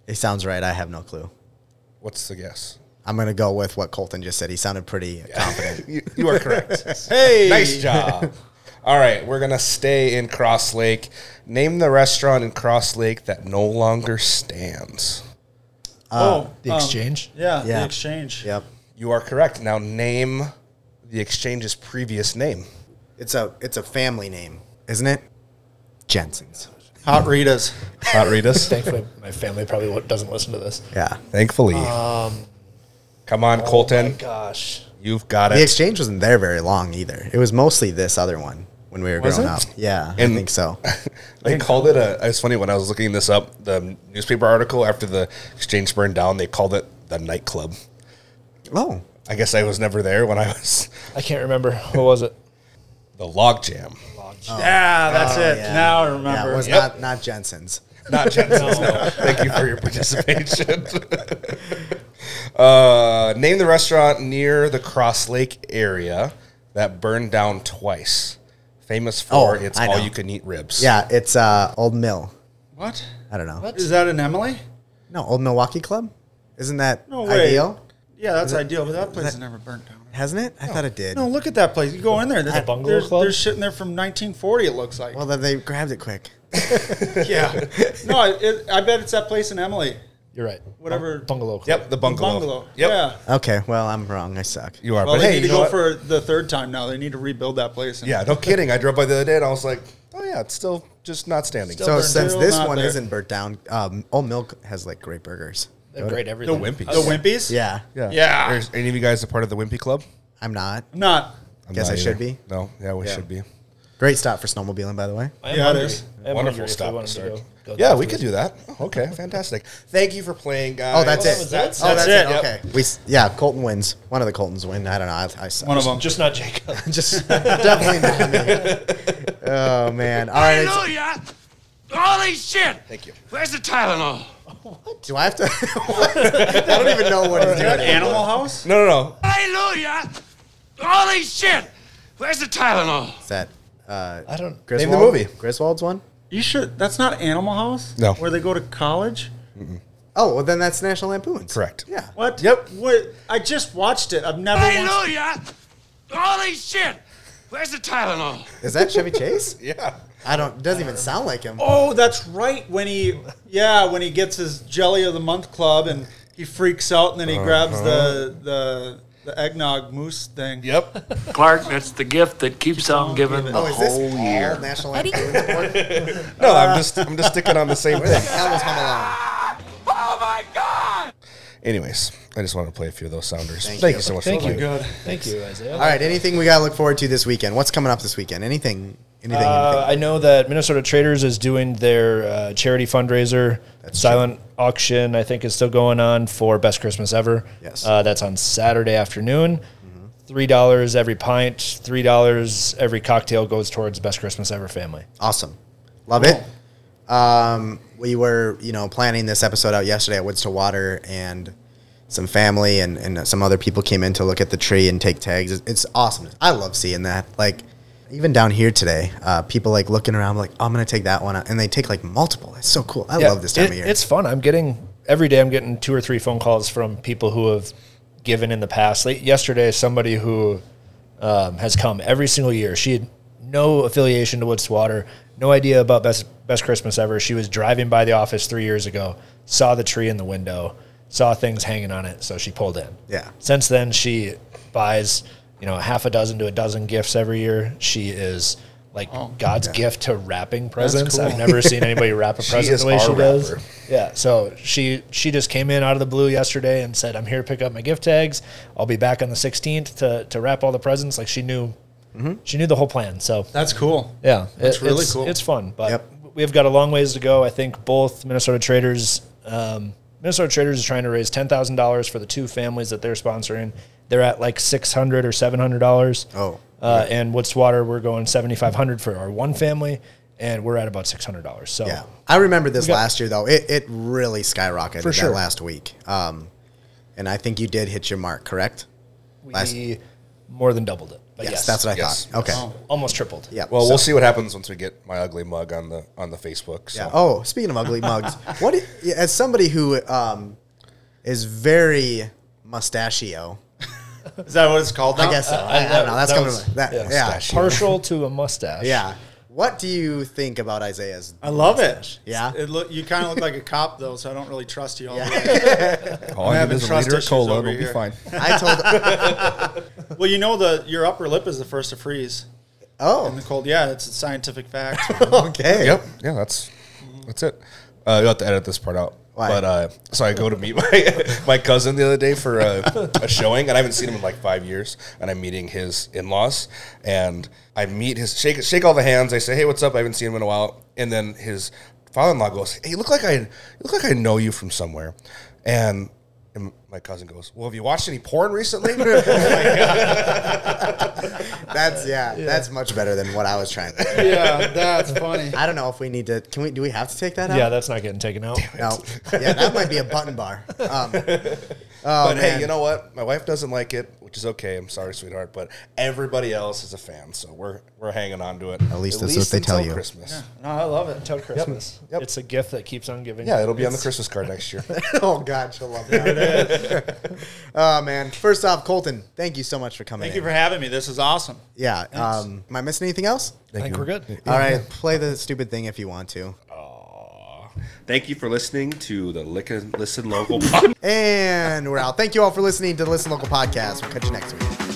Speaker 3: it sounds right. I have no clue.
Speaker 2: What's the guess?
Speaker 3: I'm gonna go with what Colton just said. He sounded pretty confident.
Speaker 2: you, you are correct.
Speaker 5: Hey,
Speaker 2: Nice job. All right, we're gonna stay in Cross Lake. Name the restaurant in Cross Lake that no longer stands.
Speaker 5: Oh,
Speaker 4: The
Speaker 5: um,
Speaker 4: exchange.
Speaker 5: yeah,
Speaker 3: Yeah.
Speaker 5: the exchange.
Speaker 3: Yep.
Speaker 2: You are correct. Now name the exchange's previous name.
Speaker 3: It's a it's a family name, isn't it? Jensen's.
Speaker 5: Hot Rita's.
Speaker 2: Not read us.
Speaker 4: Thankfully, my family probably wa- doesn't listen to this.
Speaker 5: Um,
Speaker 3: Yeah.
Speaker 5: oh
Speaker 2: Thankfully. Come on,
Speaker 4: Oh My
Speaker 2: Colton.
Speaker 4: gosh.
Speaker 2: You've got it.
Speaker 3: The exchange wasn't there very long either. It was mostly this other one when we were
Speaker 2: Was
Speaker 3: growing
Speaker 2: it?
Speaker 3: up. Yeah,
Speaker 2: And-
Speaker 3: I think so.
Speaker 2: They called it a. It's funny when I was looking this up, the newspaper article after the exchange burned down, they called it the nightclub.
Speaker 3: Oh,
Speaker 2: I guess I was never there when I was
Speaker 4: I can't remember. What was it?
Speaker 2: the log jam.
Speaker 5: Yeah, that's it.
Speaker 3: Oh, yeah.
Speaker 5: Now I
Speaker 3: yeah,
Speaker 5: remember.
Speaker 3: it was
Speaker 2: Yep.
Speaker 3: not not Jensen's.
Speaker 2: Not Jensen's. no. Thank you for your participation. uh, name the restaurant near the Cross Lake area that burned down twice. Famous for
Speaker 3: Oh,
Speaker 2: its
Speaker 3: I know.
Speaker 2: all you can eat ribs.
Speaker 3: Yeah, it's uh, Old Mill.
Speaker 5: what?
Speaker 3: I don't know.
Speaker 5: Is that an Emily?
Speaker 3: No, Old Milwaukee Club. Isn't that
Speaker 5: No way.
Speaker 3: ideal?
Speaker 5: Yeah, that's ideal, but that place has never burnt down.
Speaker 3: Hasn't it? I thought it did.
Speaker 5: No, look at that place. You go in there. There's,
Speaker 4: A bungalow
Speaker 5: there's,
Speaker 4: club?
Speaker 5: there's shit in there from 1940. It looks like.
Speaker 3: Well, then they grabbed it quick.
Speaker 5: yeah. no, it, it, I bet it's that place in Emily.
Speaker 4: You're right.
Speaker 5: Whatever.
Speaker 4: Bungalow. Club.
Speaker 2: Yep, the bungalow.
Speaker 5: Bungalow.
Speaker 2: Yep.
Speaker 5: Yeah.
Speaker 3: Okay, well, I'm wrong. I suck.
Speaker 2: You are.
Speaker 5: Well,
Speaker 2: but hey,
Speaker 5: they need
Speaker 2: you
Speaker 5: to
Speaker 2: know
Speaker 5: go
Speaker 2: what?
Speaker 5: for the third time now. They need to rebuild that place. and-
Speaker 2: Yeah, no kidding. I drove by the other day and I was like, oh yeah, it's still just not standing.
Speaker 5: Still-
Speaker 3: So
Speaker 5: They're
Speaker 3: since
Speaker 5: still
Speaker 3: this
Speaker 5: not
Speaker 3: one
Speaker 5: there.
Speaker 3: isn't burnt down, um, Old Milk has like great burgers.
Speaker 4: They're great
Speaker 2: the
Speaker 4: everything.
Speaker 2: Wimpy.
Speaker 5: The Wimpies.
Speaker 3: Yeah,
Speaker 2: Yeah.
Speaker 3: Ah.
Speaker 5: Yeah.
Speaker 2: Are any of you guys a part of the Wimpy Club?
Speaker 3: I'm not.
Speaker 5: I'm not.
Speaker 2: i
Speaker 3: Guess I should be.
Speaker 2: No, yeah, we
Speaker 5: Yeah.
Speaker 2: should be.
Speaker 3: Great stop for snowmobiling, by the way.
Speaker 4: I am
Speaker 5: Yeah, it
Speaker 4: hungry.
Speaker 5: is.
Speaker 4: I am hungry
Speaker 2: Wonderful
Speaker 4: if we
Speaker 2: stop.
Speaker 4: wanted
Speaker 2: to
Speaker 4: to
Speaker 2: start.
Speaker 4: go- go
Speaker 2: yeah,
Speaker 4: down
Speaker 2: we
Speaker 4: to
Speaker 2: could
Speaker 4: the-
Speaker 2: do that. Okay, fantastic. Thank you for playing, guys.
Speaker 3: Oh, that's it.
Speaker 4: was that?
Speaker 3: oh,
Speaker 4: That's
Speaker 3: that's,
Speaker 4: it.
Speaker 3: it. Okay. We s- yeah, Colton wins. One of the Coltons win. I don't know. I, I suck.
Speaker 5: One of them.
Speaker 4: Just not Jacob.
Speaker 3: Just definitely not me. Oh man. All right. it's-
Speaker 7: Hallelujah! Holy shit!
Speaker 2: Thank you.
Speaker 7: Where's the Tylenol?
Speaker 3: Do I have to? what? I don't even know what he's doing.
Speaker 5: Animal House.
Speaker 2: No, no, no.
Speaker 7: Hallelujah! Holy shit! Where's the Tylenol?
Speaker 3: Is that uh,
Speaker 4: I don't.
Speaker 2: the
Speaker 3: Griswold?
Speaker 2: movie.
Speaker 3: Griswold's one.
Speaker 5: You should. That's not Animal House.
Speaker 2: No.
Speaker 5: Where they go to college.
Speaker 3: Oh, well, then that's National Lampoon's.
Speaker 2: Correct.
Speaker 3: Yeah.
Speaker 5: What?
Speaker 2: Yep.
Speaker 5: What? I just watched it. I've never. Once,
Speaker 7: Hallelujah! Holy shit! Where's the Tylenol?
Speaker 3: Is that Chevy Chase?
Speaker 2: Yeah.
Speaker 3: I don't. Doesn't even sound like him.
Speaker 5: oh, that's right. When he, yeah, when he gets his Jelly of the Month club and he freaks out and then he grabs the the the eggnog moose thing.
Speaker 2: Uh-huh. Yep.
Speaker 8: Clark, that's the gift that keeps on giving the
Speaker 3: Oh, is this
Speaker 8: whole
Speaker 3: all
Speaker 8: year.
Speaker 3: National Lampoon's? award?
Speaker 2: No, I'm just I'm just sticking on the same thing.
Speaker 3: that was Home Alone.
Speaker 7: Oh my god!
Speaker 2: Anyways, I just wanted to play a few of those sounders. Thank,
Speaker 3: you.
Speaker 2: you so much
Speaker 4: Thank
Speaker 2: for
Speaker 4: you.
Speaker 2: playing.
Speaker 5: Good.
Speaker 4: Thank you, Isaiah.
Speaker 3: All right. Anything we gotta look forward to this weekend? What's coming up this weekend? Anything? Anything?
Speaker 4: Uh,
Speaker 3: anything?
Speaker 4: I know that Minnesota Traders is doing their uh, charity fundraiser. silent auction, I think, is still going on for Best Christmas Ever.
Speaker 3: Yes. Mm-hmm.
Speaker 4: Uh, that's on Saturday afternoon. $3 every pint, $3 every cocktail goes towards Best Christmas Ever family.
Speaker 3: Awesome. Love it. Um, we were, you know, planning this episode out yesterday at Woods to Water, and some family and, and some other people came in to look at the tree and take tags. It's, it's awesome. I love seeing that. Like, even down here today, uh, people like looking around, like, "Oh, I'm going to take that one. And they take like multiple. It's so cool. I
Speaker 4: Yeah,
Speaker 3: love this time
Speaker 4: it-
Speaker 3: of year.
Speaker 4: It's fun. I'm getting every day. I'm getting two or three phone calls from people who have given in the past. Like yesterday, somebody who um, has come every single year. She had no affiliation to Woods to Water, no idea about best best Christmas ever. She was driving by the office three years ago, saw the tree in the window, saw things hanging on it, so she pulled in.
Speaker 3: Yeah.
Speaker 4: Since then, she buys you know half a dozen to a dozen gifts every year. She is. Like God's gift to wrapping presents. I've never seen anybody wrap a present
Speaker 2: is
Speaker 4: the way
Speaker 2: our
Speaker 4: she does.
Speaker 2: rapper.
Speaker 4: Yeah. So she she just came in out of the blue yesterday and said, "I'm here to pick up my gift tags. I'll be back on the 16th to to wrap all the presents." Like she knew, she knew the whole plan. So
Speaker 5: That's cool.
Speaker 4: yeah,
Speaker 5: That's really
Speaker 4: it's,
Speaker 5: cool.
Speaker 4: It's fun, but
Speaker 3: Yep.
Speaker 4: we've got a long ways to go. I think both Minnesota Traders, um, Minnesota Traders is trying to raise ten thousand dollars for the two families that they're sponsoring. They're at like six hundred or seven hundred dollars.
Speaker 3: Oh.
Speaker 4: uh, and Woodswater, we're going seventy five hundred for our one family, and we're at about six hundred dollars. So
Speaker 3: yeah. I remember this
Speaker 4: got-
Speaker 3: last year, though. It, it really skyrocketed that
Speaker 4: sure.
Speaker 3: last week. Um, and I think you did hit your mark, correct?
Speaker 4: we
Speaker 3: Last-
Speaker 4: more than doubled it. But
Speaker 3: Yes,
Speaker 4: yes,
Speaker 3: that's what I
Speaker 2: Yes.
Speaker 3: thought. Okay.
Speaker 4: almost tripled.
Speaker 3: Yeah.
Speaker 2: Well,
Speaker 3: so-
Speaker 2: we'll see what happens once we get my ugly mug on the on the Facebook. So.
Speaker 3: Yeah. Oh, speaking of ugly mugs, what i- yeah, as somebody who um, is very mustachio,
Speaker 5: Is that what it's called? Now?
Speaker 3: I guess so. I, I don't know. That's
Speaker 4: that
Speaker 3: coming.
Speaker 4: was-
Speaker 3: to mind. that,
Speaker 4: yeah.
Speaker 3: yeah,
Speaker 4: partial to a mustache.
Speaker 3: yeah. What do you think about Isaiah's?
Speaker 5: I love it.
Speaker 3: Yeah?
Speaker 5: It look, you kind of look like a cop though, so I don't really trust you all the way.
Speaker 2: All I have
Speaker 5: having
Speaker 2: is a
Speaker 5: trust
Speaker 2: liter of
Speaker 5: issues
Speaker 2: cola.
Speaker 5: over
Speaker 2: We'll be
Speaker 5: here.
Speaker 2: fine.
Speaker 3: I told.
Speaker 5: Well, you know the your upper lip is the first to freeze in
Speaker 3: Oh,
Speaker 5: the cold. Yeah, it's a scientific fact.
Speaker 3: okay.
Speaker 2: Yep. Yeah, that's that's it. Uh, you'll have to edit this part out.
Speaker 3: Why?
Speaker 2: But uh, so I go to meet my, my cousin the other day for a, a showing, and I haven't seen him in like five years. And I'm meeting his in laws, and I meet his shake shake all the hands. I say, "Hey, what's up?" I haven't seen him in a while. And then his father in law goes, "Hey, you look like I you look like I know you from somewhere," and. And my cousin goes, "Well, have you watched any porn recently?"
Speaker 3: That's yeah, That's much better than what I was trying to. do.
Speaker 5: Yeah, that's funny.
Speaker 3: I don't know if we need to. Can we? Do we have to take that out?
Speaker 4: Yeah, that's not getting taken out.
Speaker 3: No. Yeah, that might be a button bar. Um,
Speaker 2: but hey, you know what? My wife doesn't like it, which is okay. I'm sorry, sweetheart, but everybody else is a fan, so we're we're hanging on to it. At
Speaker 3: least that's what they tell
Speaker 2: until
Speaker 3: you.
Speaker 2: Christmas. Yeah.
Speaker 5: No, I love it.
Speaker 4: Until Christmas.
Speaker 2: Yep.
Speaker 4: It's a gift that keeps on giving.
Speaker 2: it'll be on the Christmas card next year.
Speaker 3: oh God, she'll love that. oh man. First off, Colton, thank you so much for coming.
Speaker 5: Thank
Speaker 3: in.
Speaker 5: you for having me. This is awesome.
Speaker 3: Yeah. Um, am I missing anything else?
Speaker 4: I think we're good.
Speaker 3: All right. Play the stupid thing if you want to.
Speaker 9: Thank you for listening to the Lick and Listen Local Podcast.
Speaker 3: And we're out. Thank you all for listening to the Listen Local podcast. We'll catch you next week.